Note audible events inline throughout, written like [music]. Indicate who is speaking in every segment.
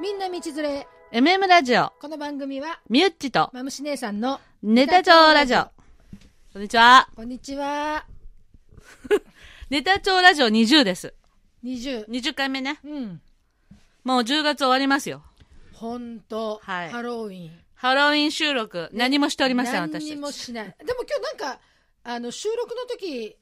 Speaker 1: みんな道連れ。
Speaker 2: MM ラジオ、
Speaker 1: この番組は、
Speaker 2: ミュッチと、
Speaker 1: まむし姉さんの、
Speaker 2: ネタ帳ラジオ。こんにちは。
Speaker 1: こんにちは。
Speaker 2: ネタ帳ラジオ20です。
Speaker 1: 20。
Speaker 2: 20回目ね。
Speaker 1: うん。
Speaker 2: もう10月終わりますよ。
Speaker 1: ほんと、
Speaker 2: はい
Speaker 1: ハロウィン。
Speaker 2: ハロウィン収録、何もしておりません、
Speaker 1: 何
Speaker 2: 私
Speaker 1: に
Speaker 2: た
Speaker 1: も
Speaker 2: ち。
Speaker 1: しない。でも今日なんか、あの、収録の時、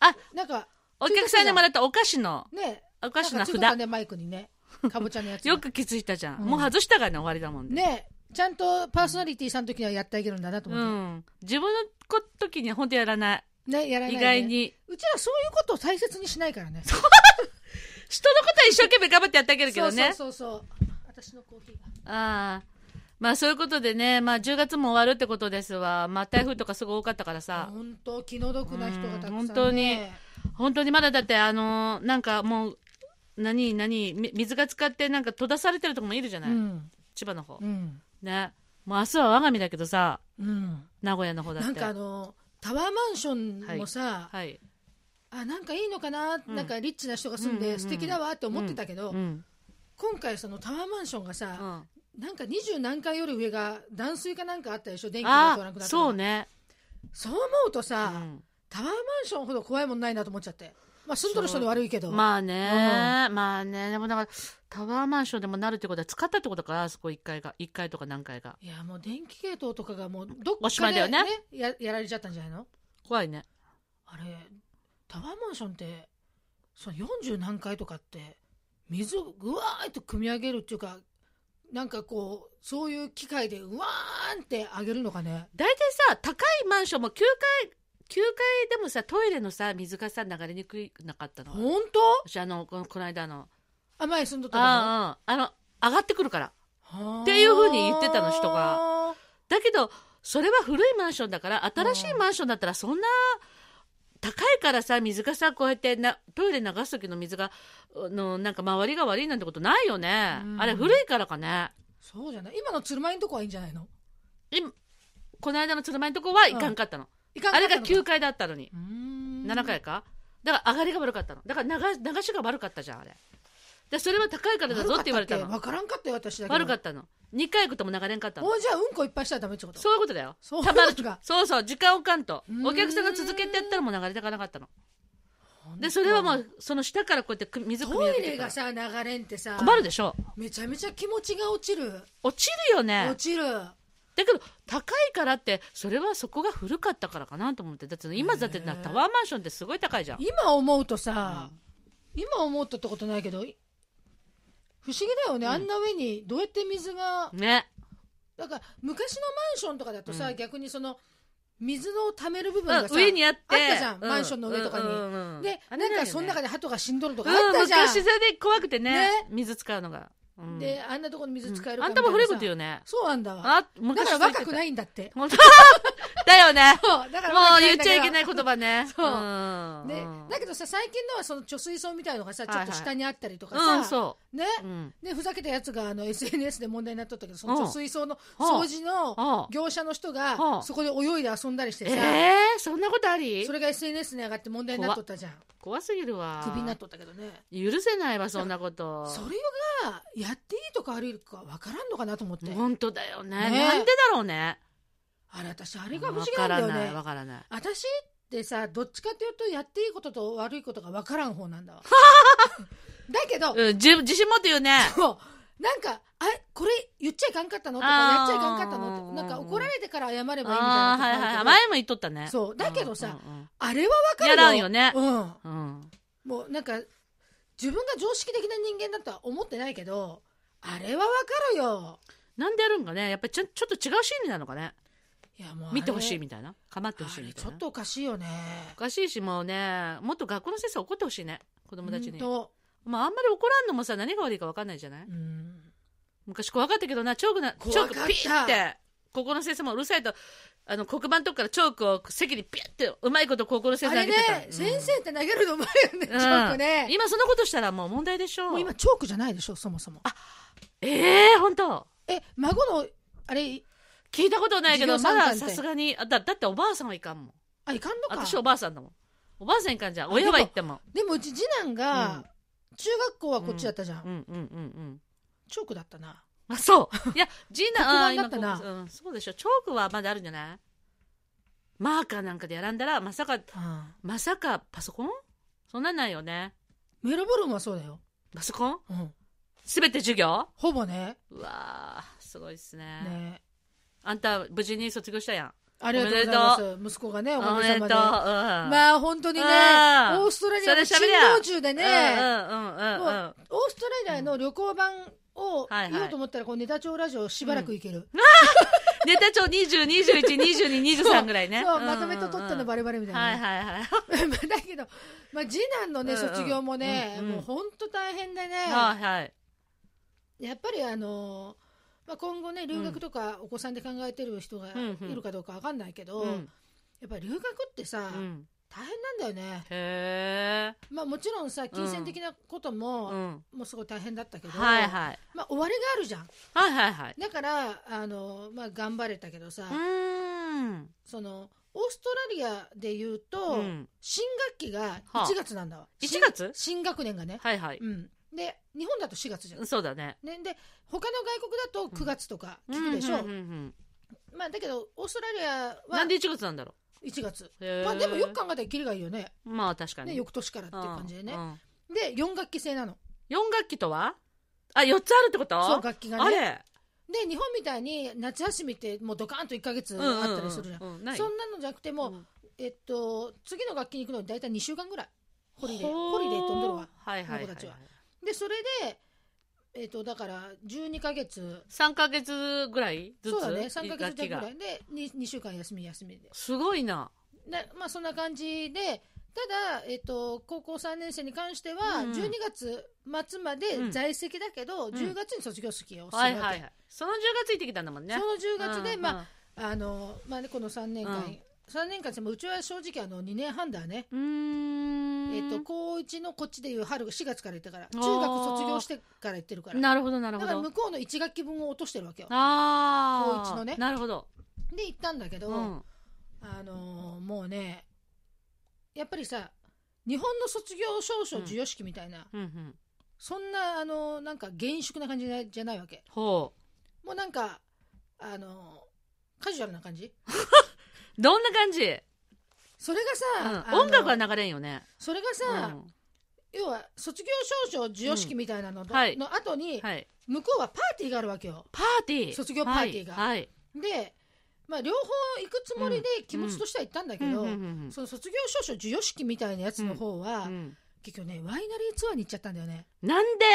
Speaker 2: あ、
Speaker 1: なんか、
Speaker 2: お客さんにもらったお菓子の、
Speaker 1: ね、
Speaker 2: お菓子の
Speaker 1: なんかついて
Speaker 2: 札
Speaker 1: たね、マイクに
Speaker 2: [laughs]
Speaker 1: ね。かぼちゃのやつが。
Speaker 2: よく気づいたじゃん。
Speaker 1: うん
Speaker 2: もう外したからね、終わりだもんね。
Speaker 1: ね、ちゃんとパーソナリティさんの時にはやってあげるんだなと
Speaker 2: う
Speaker 1: 思って。
Speaker 2: ん。自分のこ時には本当やらない。
Speaker 1: ね、やらない、
Speaker 2: 意
Speaker 1: ね。
Speaker 2: 外。に。
Speaker 1: うちはそういうことを大切にしないからね。そう
Speaker 2: 人のことは一生懸命頑張ってやってあげるけどね。
Speaker 1: そうそうそう。私のコーヒーが。
Speaker 2: ああ。まあそういうことでね、まあ10月も終わるってことですわ。まあ台風とかすごい多かったからさ。
Speaker 1: 本当気の毒な人がたくさん、ね、
Speaker 2: うん本当に本当にまだだってあのーなんかもう、何、何、み水が浸かってなんか閉ざされてるとこもいるじゃない、
Speaker 1: うん
Speaker 2: 千葉の方
Speaker 1: う。ん
Speaker 2: ね。もう明日は我が身だけどさ、
Speaker 1: うん
Speaker 2: 名古屋の方だっ
Speaker 1: な
Speaker 2: て。
Speaker 1: んかあのタワーマンションもさ、
Speaker 2: はい。
Speaker 1: あなんかいいのかな、
Speaker 2: うん
Speaker 1: なんかリッチな人が住ん
Speaker 2: うんうんう
Speaker 1: で
Speaker 2: ん
Speaker 1: 素敵だわって思ってたけど、
Speaker 2: うん。
Speaker 1: 今回そのタワーマンションが
Speaker 2: うん
Speaker 1: さ、
Speaker 2: あ
Speaker 1: なんか二十何階より上が断水かなんかあったでしょ電気が通らな
Speaker 2: あ
Speaker 1: く、なったの
Speaker 2: そうね。
Speaker 1: そう思うと
Speaker 2: う
Speaker 1: さ、
Speaker 2: ん
Speaker 1: タワーマンションほど怖いもんないなと思っちゃってまあ住んどる人に悪いけど、
Speaker 2: まあね、まあね、でもなんか、タワーマンションでもなるってことは、使ったってことか、あそこ1階が、1階とか何階が。
Speaker 1: いやもう電気系統とかがもうど
Speaker 2: お
Speaker 1: っ
Speaker 2: し
Speaker 1: か
Speaker 2: まいだ
Speaker 1: で、
Speaker 2: よね
Speaker 1: ねややられちゃったんじゃないの
Speaker 2: 怖いね。
Speaker 1: あれタワーマンションってその40何階とかって水をぐわーっと汲み上げるっていうかなんかこうそういう機械でうわーんって上げるのかね
Speaker 2: 大体さ高いマンションも9階9階でもさトイレのさ水がさ流れにくいなかったの
Speaker 1: 本当
Speaker 2: 私あのこのこの間の
Speaker 1: あ前住んどったの
Speaker 2: あああの上がってくるから
Speaker 1: はー
Speaker 2: っていう風に言ってたの人がだけどそれは古いマンションだから新しいマンションだったらそんな高いからさ水がさこうやってなトイレ流す時の水があのなんか周りが悪いなんてことないよね、
Speaker 1: うん
Speaker 2: あれ古いからかね
Speaker 1: そうじゃない今の鶴舞のとこはいいんじゃないの
Speaker 2: 今この間の鶴舞のとこはいかんかったの、
Speaker 1: いかんか
Speaker 2: あ
Speaker 1: っ
Speaker 2: れ
Speaker 1: た
Speaker 2: が
Speaker 1: のか
Speaker 2: 9階だったのに
Speaker 1: うーん
Speaker 2: 7回かだから上がりが悪かったのだから流流しが悪かったじゃんあれでそれは高いからだぞって言われたの
Speaker 1: 分からんかったよ私だけ
Speaker 2: 悪か
Speaker 1: っ
Speaker 2: ったの2回行くとも流れんかった
Speaker 1: も
Speaker 2: の
Speaker 1: うじゃあうんこいっぱいしたらダメってこと
Speaker 2: そういうことだよ
Speaker 1: そう
Speaker 2: たま
Speaker 1: いうこと
Speaker 2: る
Speaker 1: か
Speaker 2: そうそう時間をかんと
Speaker 1: うーん
Speaker 2: お客さんが続けてやったらもう流れてかなかったのでそれはもうその下からこうやってく水汲み
Speaker 1: ト
Speaker 2: 上
Speaker 1: イ
Speaker 2: げて
Speaker 1: レ
Speaker 2: か
Speaker 1: が
Speaker 2: ら
Speaker 1: さ流れんってさ
Speaker 2: 困るでしょ
Speaker 1: めちゃめちゃ気持ちが落ちる
Speaker 2: 落ちるよね
Speaker 1: 落ちる
Speaker 2: だけど高いからってそれはそこが古かったからかなと思ってだって今だってな
Speaker 1: へー
Speaker 2: タワーマンションってすごい高いじゃん
Speaker 1: 今思うとさ、今思うとってことないけどい不思議だよね、あんな上にどうやって水が
Speaker 2: ね
Speaker 1: なんか昔のマンションとかだとさ、逆にその水の溜める部分
Speaker 2: うん
Speaker 1: がさ、
Speaker 2: 上にあって
Speaker 1: ったじゃん、マンションの上とかに、でなんかその中
Speaker 2: で
Speaker 1: で鳩が死んどるとかあ
Speaker 2: うん、
Speaker 1: ったじゃん、
Speaker 2: 昔それで怖くてね
Speaker 1: ね
Speaker 2: 水使うのが、うん
Speaker 1: であんなとこに水使える
Speaker 2: あ
Speaker 1: か
Speaker 2: んたも古いこと言
Speaker 1: よ
Speaker 2: うね
Speaker 1: そうなんだわ
Speaker 2: あ
Speaker 1: だ
Speaker 2: 昔
Speaker 1: から若く
Speaker 2: い
Speaker 1: ないんだって
Speaker 2: 本当 [laughs] だよね
Speaker 1: そうだか
Speaker 2: も
Speaker 1: ら
Speaker 2: う
Speaker 1: 若くな
Speaker 2: 言
Speaker 1: い
Speaker 2: っ
Speaker 1: んだ
Speaker 2: ち
Speaker 1: け
Speaker 2: ゃ
Speaker 1: ど
Speaker 2: いけない言葉ね
Speaker 1: そうんね
Speaker 2: うん
Speaker 1: だけどさ最近のはその貯水槽みたいのがさちょっと下にあったりとかさ、
Speaker 2: うんそ
Speaker 1: ね
Speaker 2: う、うん、
Speaker 1: でふざけたやつがあの SNS で問題になっとったけどそ
Speaker 2: うん
Speaker 1: の水槽の
Speaker 2: うん
Speaker 1: 掃除の
Speaker 2: うん
Speaker 1: 業者の人
Speaker 2: うん
Speaker 1: がそこで泳いで遊んだりして
Speaker 2: え
Speaker 1: さ、
Speaker 2: えー、そんなことあり
Speaker 1: それが SNS に上がって問題になっとったじゃん
Speaker 2: 怖すぎるわ
Speaker 1: クビになっとったけどね
Speaker 2: 許せないわそんなこと
Speaker 1: それがやっていいとか悪いとか分からんのかなと思って、
Speaker 2: 本当だよね
Speaker 1: ね
Speaker 2: なんでだろうね
Speaker 1: あれ私あれが不
Speaker 2: わ
Speaker 1: 思議
Speaker 2: か
Speaker 1: な
Speaker 2: ら
Speaker 1: んだ
Speaker 2: ない
Speaker 1: よね
Speaker 2: わからない
Speaker 1: 私ってさどっちかというとやっていいことと悪いことが分からん方なん
Speaker 2: [laughs]
Speaker 1: だわだけど、
Speaker 2: うん、じ自信持って言うね
Speaker 1: [laughs] もうなんかあこれ言っちゃいかんかったのとかや
Speaker 2: あー
Speaker 1: っちゃいかんかったのってなんか怒られてから謝ればいいみたいな
Speaker 2: あー
Speaker 1: とこある
Speaker 2: はい
Speaker 1: けど
Speaker 2: はいはい前も言っとったね
Speaker 1: そうだけどさ
Speaker 2: うんうんうん
Speaker 1: あれは分かる
Speaker 2: やらんよね
Speaker 1: うん。
Speaker 2: うん
Speaker 1: もうなんか、自分が常識的な人間だとは思ってないけど、あれは分かるよ。
Speaker 2: なんでやるんかねやっぱりちょちょっと違うシーンなのかね
Speaker 1: いやもうあれ
Speaker 2: 見てほしいみたいな構ってほしい
Speaker 1: あれ
Speaker 2: みたい
Speaker 1: ち
Speaker 2: な
Speaker 1: ょっとおかしいよね。
Speaker 2: おかしいしもうねもっと学校の先生怒ってほしいね子供たちに、
Speaker 1: ほんと
Speaker 2: まあ、あんまり怒らんのもさ何が悪いか分かんないじゃない、
Speaker 1: うん
Speaker 2: 昔怖かったけどなチョークなチ
Speaker 1: 怖か
Speaker 2: ョー
Speaker 1: っ
Speaker 2: ク
Speaker 1: た
Speaker 2: ピッて高校の先生もうるさいとあの黒板のとこからチョークを席にピュッてうまいこと高校の先
Speaker 1: あれ
Speaker 2: 生に
Speaker 1: ね
Speaker 2: げてたの、、
Speaker 1: 先生って投げるのうまいよね、チ
Speaker 2: う
Speaker 1: ョ
Speaker 2: ん
Speaker 1: ーク
Speaker 2: う
Speaker 1: ね
Speaker 2: ん。今そんなことしたらもう問題でしょ
Speaker 1: もう今、チョークじゃないでしょ、そもそも。
Speaker 2: ええー、本当
Speaker 1: え、孫の、あれ、
Speaker 2: 聞いたことないけど
Speaker 1: 授
Speaker 2: ま
Speaker 1: 業参観
Speaker 2: だ
Speaker 1: って
Speaker 2: さすがにあだだっておばあさんはいかんもん
Speaker 1: あ、いかんのか。
Speaker 2: 私おばあさんだもんおばあさんいかんじゃん親は行っても
Speaker 1: でもうち次男が、中学校はこっちだったじゃん。
Speaker 2: うんうんうんうん
Speaker 1: チョークだったな
Speaker 2: あそういやジー
Speaker 1: 黒
Speaker 2: ナあー
Speaker 1: 板だったな
Speaker 2: 今こううん、そうでしょチョークはまだあるんじゃないマーカーなんかでやらんだらまさか
Speaker 1: うん
Speaker 2: まさかパソコンそんなんないよね
Speaker 1: メルボルンはそうだよ、
Speaker 2: パソコン
Speaker 1: うん、
Speaker 2: すべて授業
Speaker 1: ほぼね
Speaker 2: うわーすごいですね
Speaker 1: ね
Speaker 2: あんた無事に卒業したやん
Speaker 1: ありがとうございます息子がねお
Speaker 2: お
Speaker 1: かげ
Speaker 2: めで
Speaker 1: さ
Speaker 2: とう、
Speaker 1: ま
Speaker 2: うん、
Speaker 1: でまあ本当にねオ
Speaker 2: うん
Speaker 1: ーストラリアの
Speaker 2: そ
Speaker 1: 新
Speaker 2: れ喋りゃ
Speaker 1: 道中でね、
Speaker 2: うんうんうんうん
Speaker 1: もオーストラリアの旅行版を
Speaker 2: はいはい
Speaker 1: 言おうと思ったら、このネタ帳ラジオしばらくいける。
Speaker 2: ネタ帳20212223ぐら
Speaker 1: [laughs]
Speaker 2: いね
Speaker 1: そう、まとめと撮ったのバ
Speaker 2: ば
Speaker 1: レバレみたい
Speaker 2: は
Speaker 1: ない [laughs] ね。
Speaker 2: はいはい
Speaker 1: だけど、まあ、次男のね、
Speaker 2: うんうん
Speaker 1: 卒業もね、
Speaker 2: うんうん
Speaker 1: もう本当大変でね、
Speaker 2: はいはい
Speaker 1: やっぱりあのまあ、今後ね、留学とかお子さんで考えてる人が
Speaker 2: うんうん
Speaker 1: いるかどうかわかんないけど、
Speaker 2: うん
Speaker 1: やっぱり留学ってさ、
Speaker 2: うん
Speaker 1: 大変なんだよね。
Speaker 2: へえ
Speaker 1: まあ、もちろんさ、金銭的なこと
Speaker 2: う
Speaker 1: も、
Speaker 2: ん
Speaker 1: もうすごい大変だったけど、
Speaker 2: はいはい
Speaker 1: まあ、終わりがあるじゃん。
Speaker 2: はいはいはい
Speaker 1: だから、あのまあ、頑張れたけどさ、
Speaker 2: うーん
Speaker 1: そのオーストラリアで言うと、
Speaker 2: うん
Speaker 1: 新学期が
Speaker 2: はあ
Speaker 1: 1月なんだわ、
Speaker 2: 1月
Speaker 1: 新新学年がね、
Speaker 2: はいはい
Speaker 1: うん、で日本だと4月じゃん、
Speaker 2: そうだね
Speaker 1: ね、で他の外国だと9月とか聞くでしょ、
Speaker 2: うんうんうんうん
Speaker 1: まあ、だけどオーストラリア
Speaker 2: な
Speaker 1: は
Speaker 2: んで1月なんだろ
Speaker 1: 1月、
Speaker 2: うへー
Speaker 1: まあ、でもよく考えたらキリがいいよね
Speaker 2: まあ確かに
Speaker 1: ね翌年からっていう感じでね、
Speaker 2: うんうん
Speaker 1: で4学期制なの
Speaker 2: 四学期とはあ四つあるってこと
Speaker 1: そう楽器が
Speaker 2: あ
Speaker 1: ね
Speaker 2: れ
Speaker 1: で日本みたいに夏休みってもうドカンと1か月
Speaker 2: うんうんうん
Speaker 1: あったりするじゃん,、
Speaker 2: うんない
Speaker 1: そんなのじゃなくてもう、
Speaker 2: うん
Speaker 1: えっと、次の楽器に行くのに大体2週間ぐらいホリデー
Speaker 2: ほ
Speaker 1: ホリデー飛んどるわ
Speaker 2: はいはい
Speaker 1: この子たちは
Speaker 2: はいはい
Speaker 1: でそれでえっとだから12か月
Speaker 2: 三ヶ月ぐらいずつ
Speaker 1: そうだね3か月弱ぐら
Speaker 2: 楽器が
Speaker 1: いで 2, 2週間休み休みです
Speaker 2: ごいな
Speaker 1: でまあそんな感じでただ、えっと、高校3年生に関しては
Speaker 2: うん
Speaker 1: 12月末まで在籍だけど、
Speaker 2: ん
Speaker 1: 10月に卒業式をするわ
Speaker 2: は
Speaker 1: け、
Speaker 2: いはいはいその10月行ってきたんだもんね
Speaker 1: その10月で、
Speaker 2: うん
Speaker 1: まああのまあね、この3年間、
Speaker 2: うん
Speaker 1: 3年間でもうちは正直あの2年半だね、
Speaker 2: うんうーん
Speaker 1: えっと、高1のこっちでいう春4月から行ったから中学卒業してから行ってるから
Speaker 2: なるほどなる
Speaker 1: だ
Speaker 2: ほ
Speaker 1: から
Speaker 2: ど
Speaker 1: 向こうの1学期分を落としてるわけよ
Speaker 2: ああ
Speaker 1: 高一のね
Speaker 2: なるほど
Speaker 1: で行ったんだけど、
Speaker 2: うん
Speaker 1: あのーもうねやっぱりさ日本の卒業証書授与式みたいな、
Speaker 2: うんうん
Speaker 1: そんなあのーなんか厳粛な感じじゃないじゃないわけ
Speaker 2: ほ
Speaker 1: もうなんかあのーカジュアルな感じ
Speaker 2: うどんな感じ
Speaker 1: それ
Speaker 2: う
Speaker 1: がさ、あ
Speaker 2: ん
Speaker 1: のー
Speaker 2: 音楽は流れんよね
Speaker 1: それが
Speaker 2: う
Speaker 1: さ、
Speaker 2: ん
Speaker 1: 要は卒業証書授与式みたいなの,、
Speaker 2: んはい
Speaker 1: の後に、
Speaker 2: はい
Speaker 1: 向こうはパーティーがあるわけよ
Speaker 2: パーティー
Speaker 1: 卒業パーティーが
Speaker 2: はいはい
Speaker 1: で、まあ、両方行くつもりで気持ちとしては行ったんだけど、
Speaker 2: うんうんうんうん
Speaker 1: その卒業証書授与式みたいなやつの方は、
Speaker 2: うん
Speaker 1: 結局ねワイナリーツアーに行っちゃったんだよね
Speaker 2: なんで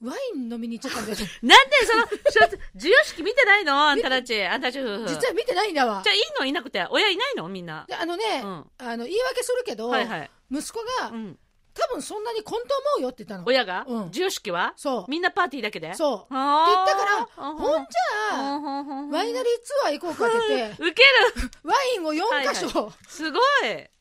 Speaker 1: ワイン飲みに行っちゃったんだよね
Speaker 2: なんでその [laughs] その授与式見てないのあんたたちあんたたち夫婦
Speaker 1: 実は見てないんだわ
Speaker 2: じゃあいいのいなくて親いないのみんな
Speaker 1: であのね、
Speaker 2: うん
Speaker 1: あの言い訳するけど、
Speaker 2: はいはい
Speaker 1: 息子が、
Speaker 2: うん
Speaker 1: 多分そんなに混沌思うよって言ったの
Speaker 2: 親が
Speaker 1: うん
Speaker 2: 授与式は
Speaker 1: そう
Speaker 2: みんなパーティーだけで
Speaker 1: そうっ
Speaker 2: あー
Speaker 1: て言ったから
Speaker 2: うん
Speaker 1: ほんじゃあ
Speaker 2: うん
Speaker 1: ワイナリーツアー行こうかって言って
Speaker 2: ウケる
Speaker 1: ワインを4箇所
Speaker 2: すごい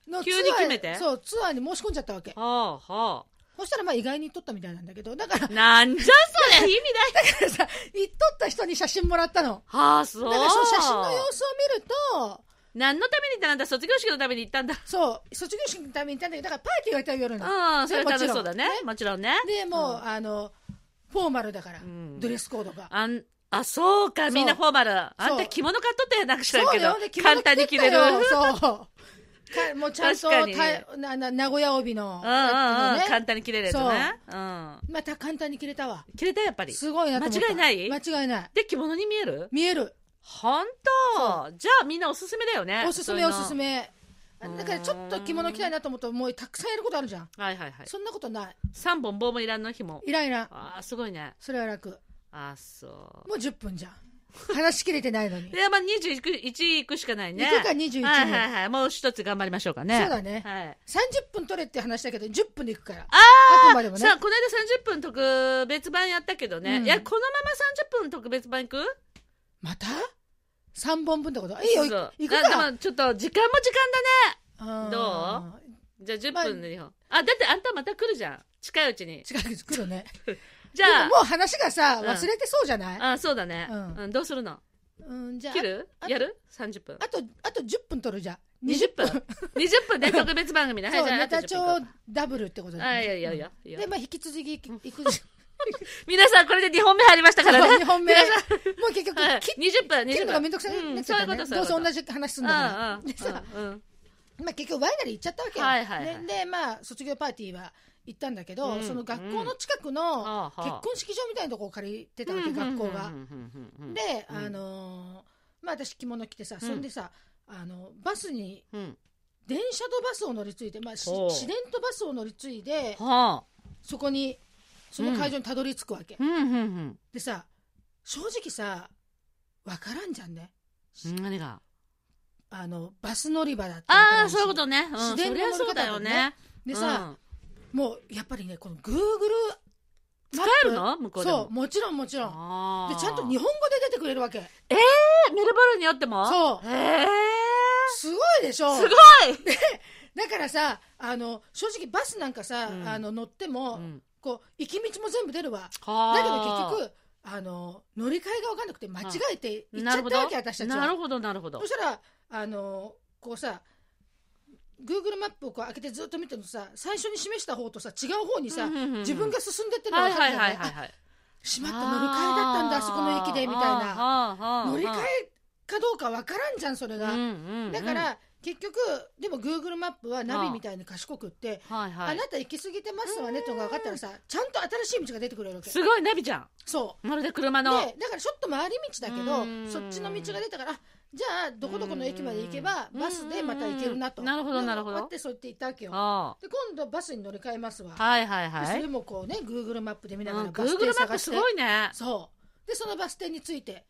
Speaker 1: のツアー
Speaker 2: 急に決めて
Speaker 1: そうツアーに申し込んじゃったわけ
Speaker 2: はあは
Speaker 1: そしたらまあ意外に取ったみたいなんだけどだから
Speaker 2: あなんじゃそれ意味ない
Speaker 1: だからさ行っとった人に写真もらったの
Speaker 2: はあそう
Speaker 1: だからその写真の様子を見ると
Speaker 2: 何のために行ったんだ卒業式のために行ったんだ
Speaker 1: そう卒業式のために行ったんだけどだからパーティーがいたら夜の
Speaker 2: うんそれ
Speaker 1: ね
Speaker 2: 楽しそうだねもちろんね
Speaker 1: でもう、
Speaker 2: うん
Speaker 1: あのフォーマルだから、
Speaker 2: ん
Speaker 1: ドレスコードが
Speaker 2: あんあそうかみんなフォーマルあんた着物買っとったやなくしたけど
Speaker 1: で着物
Speaker 2: 簡単に着れる
Speaker 1: たよそうか [laughs] もうちゃんと
Speaker 2: 確かに
Speaker 1: たなな名古屋帯の
Speaker 2: うんうんうん、
Speaker 1: ね
Speaker 2: 簡単に切れるやつね。うん。
Speaker 1: また簡単に着れたわ
Speaker 2: 切れたやっぱり。
Speaker 1: すごいなと思った
Speaker 2: 間違いない
Speaker 1: 間違いない
Speaker 2: で、着物に見える
Speaker 1: 見える
Speaker 2: 本当じゃあみんなおすすめだよね。
Speaker 1: おすすめ
Speaker 2: そ
Speaker 1: お
Speaker 2: ういうの
Speaker 1: すす。めあ
Speaker 2: うん
Speaker 1: だからちょっと着物着たいなと思うともうたくさんやることあるじゃん
Speaker 2: はいはいはい。
Speaker 1: そんなことない
Speaker 2: 三本棒もいらんの紐。
Speaker 1: イライラ
Speaker 2: ああ、すごいね。
Speaker 1: それは楽
Speaker 2: ああ、そう。
Speaker 1: もう10分じゃん話しきれてないのに
Speaker 2: いや、まあ21く行くしかないね。
Speaker 1: 行くか21に
Speaker 2: はいはいはい。もう一つ頑張りましょうかね。
Speaker 1: そうだね
Speaker 2: はい。
Speaker 1: 30分取れって話だけど10分で行くから
Speaker 2: あ
Speaker 1: あく
Speaker 2: あ、
Speaker 1: までもね
Speaker 2: さあ、この間30分特別版やったけどね。
Speaker 1: うん
Speaker 2: いや、このまま30分特別版行く
Speaker 1: また3本分ってこといいよい
Speaker 2: そう
Speaker 1: 行く
Speaker 2: あ
Speaker 1: か
Speaker 2: でもちょっと時間も時間だね。
Speaker 1: うん
Speaker 2: じゃあ10
Speaker 1: まあ
Speaker 2: 分でいいよあ、だってあんたまた来るじゃん。近いうちに。
Speaker 1: 近く来るね。
Speaker 2: じゃ
Speaker 1: でももう話がさ、
Speaker 2: うん
Speaker 1: 忘れてそうじゃない
Speaker 2: あ、あ、そうだね。
Speaker 1: うん
Speaker 2: うん、どうするの
Speaker 1: うん、じゃあ
Speaker 2: 切、る
Speaker 1: あ
Speaker 2: やる ?30 分
Speaker 1: あ。と、あと10分取るじゃん。
Speaker 2: 20分。20分で
Speaker 1: [laughs]
Speaker 2: 特別番組ね。は
Speaker 1: そ、
Speaker 2: いうじゃあ
Speaker 1: ネ
Speaker 2: あ
Speaker 1: タ
Speaker 2: と10分
Speaker 1: 帳ダブルってことだ
Speaker 2: あ、
Speaker 1: ね
Speaker 2: いやいやいや。い
Speaker 1: うん
Speaker 2: や
Speaker 1: で、まあ、引き続きいく、いく
Speaker 2: 皆さんこれで2本目入りました [laughs] から
Speaker 1: そう
Speaker 2: ね
Speaker 1: 2本目も
Speaker 2: 皆さ
Speaker 1: う結局
Speaker 2: はい
Speaker 1: 切っ
Speaker 2: 20分
Speaker 1: 切るの
Speaker 2: 20分
Speaker 1: がめんどくさい
Speaker 2: うん
Speaker 1: なっち
Speaker 2: そ
Speaker 1: ゃ
Speaker 2: う
Speaker 1: っ
Speaker 2: いう
Speaker 1: た
Speaker 2: こ
Speaker 1: ね
Speaker 2: と
Speaker 1: どうせ
Speaker 2: そういうこと
Speaker 1: 同じ話すんだから
Speaker 2: うんうん
Speaker 1: でさ
Speaker 2: うんうん
Speaker 1: まあ、結局ワイナリー行っちゃったわけよ、
Speaker 2: はいはいはい
Speaker 1: ねでまあ卒業パーティーは行ったんだけど、
Speaker 2: うん
Speaker 1: その学校の近くの
Speaker 2: ああ
Speaker 1: 結
Speaker 2: はあ
Speaker 1: 婚式場みたいなとこを借りてたわけ、学校が
Speaker 2: う。んうんうんうんうん
Speaker 1: で、
Speaker 2: うん
Speaker 1: あのーまあ私着物着てさ、そんでさあのバスに
Speaker 2: うん
Speaker 1: 電車とバスを乗り継いで、まあ、し
Speaker 2: ほう
Speaker 1: 市電とバスを乗り継いで
Speaker 2: はあ
Speaker 1: そこにその会場にたどり着くわけ、
Speaker 2: うんうんうん
Speaker 1: でさ正直さ分からんじゃんね
Speaker 2: うん何が
Speaker 1: あのバス乗り場だって分か
Speaker 2: あ
Speaker 1: ら
Speaker 2: あ
Speaker 1: んし
Speaker 2: そういうことね、うん、
Speaker 1: 自
Speaker 2: そ
Speaker 1: 然の
Speaker 2: りゃそうだよね
Speaker 1: でさ、
Speaker 2: うん
Speaker 1: もうやっぱりねこの Google
Speaker 2: 使えるの向こうでも
Speaker 1: そうもちろんもちろん
Speaker 2: あ
Speaker 1: で
Speaker 2: ー
Speaker 1: ちゃんと日本語で出てくれるわけ
Speaker 2: えメルボルンにあっても
Speaker 1: そう
Speaker 2: へえ
Speaker 1: すごいでしょ
Speaker 2: すごい
Speaker 1: だからさあの正直バスなんかさ、
Speaker 2: うん
Speaker 1: あの乗っても、
Speaker 2: うん
Speaker 1: こう行き道も全部出るわだ
Speaker 2: は
Speaker 1: け
Speaker 2: あ
Speaker 1: ど結局あの乗り換えが分かんなくて間違えて行っちゃったわけ私たち
Speaker 2: な
Speaker 1: は
Speaker 2: るほどなるほど
Speaker 1: そしたらあのこうさ Google マップをこう開けてずっと見てるとさ最初に示した方とさ違う方にさ、
Speaker 2: うんうんうんうん
Speaker 1: 自分が進んでってるのが
Speaker 2: はい
Speaker 1: 分か
Speaker 2: は
Speaker 1: るじ
Speaker 2: い
Speaker 1: ゃな
Speaker 2: はいいはいはい
Speaker 1: しまった乗り換えだったんだあそこの駅でみたいな
Speaker 2: な
Speaker 1: 乗り換えかどうか分からんじゃんそれが、だから結局でも Google マップはナビみたいに賢くって
Speaker 2: はい
Speaker 1: あ
Speaker 2: はい
Speaker 1: なた行き過ぎてますわねとか分かったらさちゃんと新しい道が出てくれるわけ
Speaker 2: すごいナビじゃん
Speaker 1: そ
Speaker 2: まるで車
Speaker 1: うで
Speaker 2: の
Speaker 1: だからちょっと回り道だけど
Speaker 2: うん
Speaker 1: そっちの道が出たからあじゃあどこどこの駅まで行けば
Speaker 2: うん
Speaker 1: バスでまた行けるなと
Speaker 2: うんなるほどなるほど
Speaker 1: でこうやってそう言って行ったわけよ
Speaker 2: あ
Speaker 1: で今度バスに乗り換えますわ
Speaker 2: あはいはい
Speaker 1: でそ
Speaker 2: はい
Speaker 1: れもこうね Google マップで見
Speaker 2: うん
Speaker 1: ながら
Speaker 2: Google
Speaker 1: バス停
Speaker 2: マッ
Speaker 1: 探
Speaker 2: プ
Speaker 1: し
Speaker 2: す
Speaker 1: て
Speaker 2: ごいね
Speaker 1: そうでそのバス停に着いて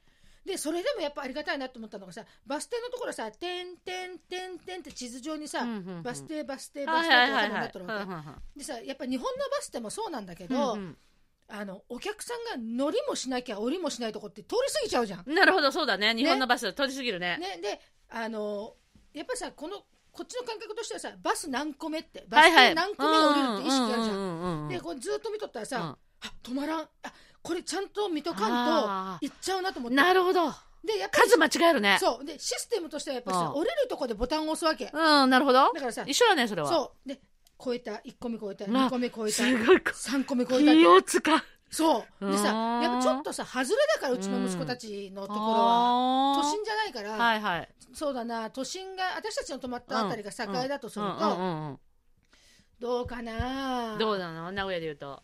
Speaker 1: でそれでもやっぱありがたいなと思ったのがさバス停のところさ「てんてんてんてん」って地図上にさ、
Speaker 2: うんうんうん
Speaker 1: バス停バス停バ
Speaker 2: は
Speaker 1: ス
Speaker 2: い
Speaker 1: 停
Speaker 2: は
Speaker 1: って
Speaker 2: い
Speaker 1: 頭
Speaker 2: は
Speaker 1: に
Speaker 2: い
Speaker 1: な
Speaker 2: は
Speaker 1: っ
Speaker 2: い
Speaker 1: てる
Speaker 2: うん
Speaker 1: わ
Speaker 2: う
Speaker 1: け、
Speaker 2: んうん
Speaker 1: でさやっぱ日本のバスでもそうなんだけ
Speaker 2: う
Speaker 1: ど、
Speaker 2: んうん
Speaker 1: あのお客さんが乗りもしなきゃ降りもしないとこって通り過ぎちゃうじゃん。
Speaker 2: なるほどそうだね日本のバス通り過ぎるね
Speaker 1: ね、であのやっぱさこのこっちの感覚としてはさバス何個目ってバ
Speaker 2: は
Speaker 1: ス
Speaker 2: いは
Speaker 1: 停
Speaker 2: い
Speaker 1: 何個目降りるって意識あるじゃん。
Speaker 2: うんうんうんうん
Speaker 1: でこうずっと見とったらさ、
Speaker 2: うん
Speaker 1: あ止まらんあこれちゃんと見とかん
Speaker 2: あ
Speaker 1: と
Speaker 2: ー
Speaker 1: 行っちゃうなと思って
Speaker 2: なるほど
Speaker 1: でやっぱり
Speaker 2: 数間違えるね
Speaker 1: そうでシステムとしてはやっぱり
Speaker 2: う
Speaker 1: さ
Speaker 2: ん
Speaker 1: 折れるとこでボタンを押すわけ
Speaker 2: うんなるほど
Speaker 1: だからさ
Speaker 2: 一緒だねそれは
Speaker 1: そうで超えた1個目超えた
Speaker 2: うわ
Speaker 1: 2個目超えた
Speaker 2: すごいこ
Speaker 1: 3個目超えたって
Speaker 2: 気を使う
Speaker 1: そうでさ
Speaker 2: うん
Speaker 1: やっぱちょっとさ外れだからうちの息子たちのところは
Speaker 2: は
Speaker 1: 都心じゃないから、
Speaker 2: はいはい
Speaker 1: そうだな都心が私たちの泊まったあたりが栄だとすると、
Speaker 2: うんうんうん
Speaker 1: どうか
Speaker 2: う
Speaker 1: なん
Speaker 2: どうなの名古屋で言うと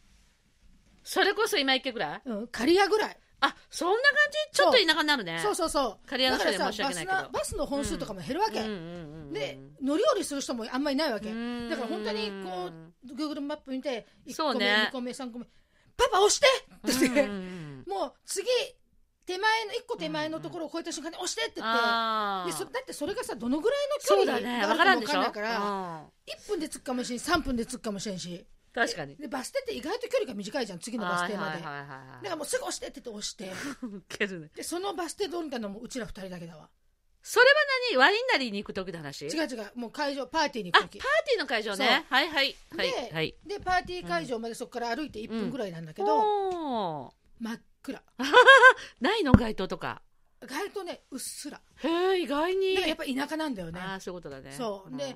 Speaker 2: それこそ今池ぐらい
Speaker 1: うん刈谷ぐらい
Speaker 2: あそんな感じちょっと田舎になるね
Speaker 1: そうそうそう
Speaker 2: 刈谷
Speaker 1: だ
Speaker 2: の
Speaker 1: か
Speaker 2: 人
Speaker 1: らさバ
Speaker 2: には
Speaker 1: ス
Speaker 2: 申し訳ないけど
Speaker 1: なバスの本数とかも減るわけ、
Speaker 2: うんうんうんうん
Speaker 1: で乗り降りする人もあんまりいないわけ、
Speaker 2: うん
Speaker 1: だから本当にこう Google マップ見て1個
Speaker 2: そう
Speaker 1: 目、
Speaker 2: ね
Speaker 1: 2個目3個目パパ押してって言って、
Speaker 2: うんうんうん
Speaker 1: もう次手前の1個手前のところを超えた瞬間に押してって言って、
Speaker 2: あ
Speaker 1: で
Speaker 2: ー
Speaker 1: そだってそれがさどのぐらい
Speaker 2: そ
Speaker 1: の
Speaker 2: う
Speaker 1: 距
Speaker 2: だ
Speaker 1: 離
Speaker 2: ね
Speaker 1: があ
Speaker 2: わ
Speaker 1: る
Speaker 2: か
Speaker 1: から
Speaker 2: ん
Speaker 1: も
Speaker 2: で
Speaker 1: 分か
Speaker 2: し
Speaker 1: ん
Speaker 2: ょ
Speaker 1: ないから
Speaker 2: うん
Speaker 1: 1分で着くかもしれん3分で着くかもしれんし
Speaker 2: 確かに
Speaker 1: でバス停って意外と距離が短いじゃん次のバス停まで、
Speaker 2: はいはいはいはいはい
Speaker 1: だからもうすぐ押してって言って押して
Speaker 2: ウケるね
Speaker 1: でそのバス停どうにかのもうちら2人だけだわ
Speaker 2: それは何ワインナリーに行く時の話
Speaker 1: 違う違うもう会場パーティーに
Speaker 2: あ
Speaker 1: 行
Speaker 2: パ
Speaker 1: く
Speaker 2: ーテ
Speaker 1: 時
Speaker 2: ィーの会場
Speaker 1: そう
Speaker 2: ねはいはいはい
Speaker 1: で
Speaker 2: はい
Speaker 1: でパーティー会場までそこから歩いて1分ぐらいなんだけど、
Speaker 2: おー
Speaker 1: 真っ暗
Speaker 2: ないの街灯とか
Speaker 1: 街灯ねうっすら
Speaker 2: へえ意外
Speaker 1: だ
Speaker 2: に
Speaker 1: からやっぱ田舎なんだよね
Speaker 2: ああそういうことだね
Speaker 1: そうで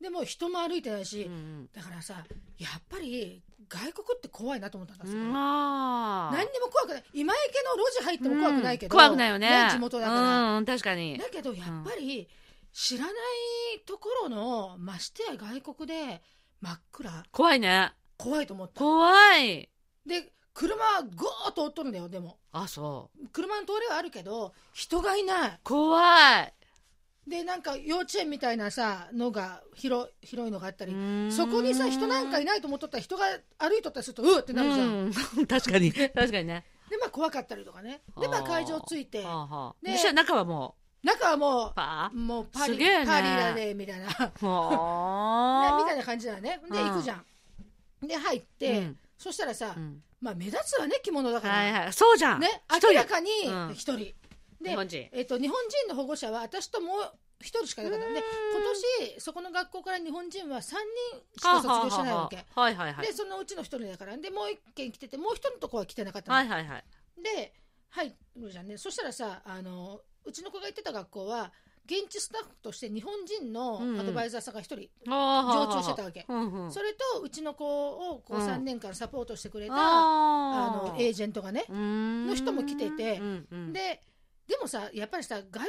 Speaker 1: でも人も歩いてないし、
Speaker 2: うんうん
Speaker 1: だからさやっぱり外国って怖いなと思ったんだ、
Speaker 2: う
Speaker 1: す
Speaker 2: んまあ
Speaker 1: 何にも怖くない今池の路地入っても怖くないけど、
Speaker 2: うん怖くないよね
Speaker 1: 地元だから、
Speaker 2: うんうん確かに
Speaker 1: だけどやっぱり知らないところのましてや外国で真っ暗
Speaker 2: 怖いね
Speaker 1: 怖いと思った
Speaker 2: 怖い
Speaker 1: で車はゴーッと通っとるんだよでも
Speaker 2: あそう
Speaker 1: 車の通りはあるけど人がいない
Speaker 2: 怖い
Speaker 1: でなんか幼稚園みたいなさのが広広いのがあったり、そ
Speaker 2: そ
Speaker 1: こにさ人なんかいないと思っとったら人が歩いとったりするとうってなるじゃん、
Speaker 2: うん [laughs] 確かに確かにね
Speaker 1: でまあ怖かったりとかねでまあ
Speaker 2: はあ
Speaker 1: 会場着いて
Speaker 2: はあはあ
Speaker 1: で
Speaker 2: そしたら中はも
Speaker 1: 中はも
Speaker 2: うパ
Speaker 1: うもうパリ、
Speaker 2: すげえね
Speaker 1: パリだねみたいなね
Speaker 2: ーは
Speaker 1: みたい
Speaker 2: い
Speaker 1: な感じだねで
Speaker 2: うん
Speaker 1: 行くじゃんで入って、
Speaker 2: うん
Speaker 1: そしたらさ、
Speaker 2: うん
Speaker 1: まあ目立つわね着物だから、
Speaker 2: はいはいそうじゃん
Speaker 1: ね
Speaker 2: 一
Speaker 1: 明
Speaker 2: 人
Speaker 1: らかに
Speaker 2: うん
Speaker 1: 一人、で
Speaker 2: 日本人
Speaker 1: えっと日本人の保護者は私ともう一人しかいなかったので今年そこの学校から日本人は3人しか卒業してないわけ
Speaker 2: はいはいはい
Speaker 1: でそのうちの一人だからでもう一軒来ててもう一人のとこは来てなかったの、
Speaker 2: はいはいはい
Speaker 1: で入るじゃんねそしたらさあのうちの子が行ってた学校は現地スタッフとして日本人の
Speaker 2: うん
Speaker 1: アドバイザーさんが一人常
Speaker 2: 常
Speaker 1: 駐してたわけ、
Speaker 2: うんうん、
Speaker 1: それとうちの子をこう
Speaker 2: うん
Speaker 1: 3年間サポートしてくれた、あ
Speaker 2: あ
Speaker 1: のエージェントがね、
Speaker 2: の
Speaker 1: の人も来てて
Speaker 2: うんうん、
Speaker 1: ででもさやっぱりさ外国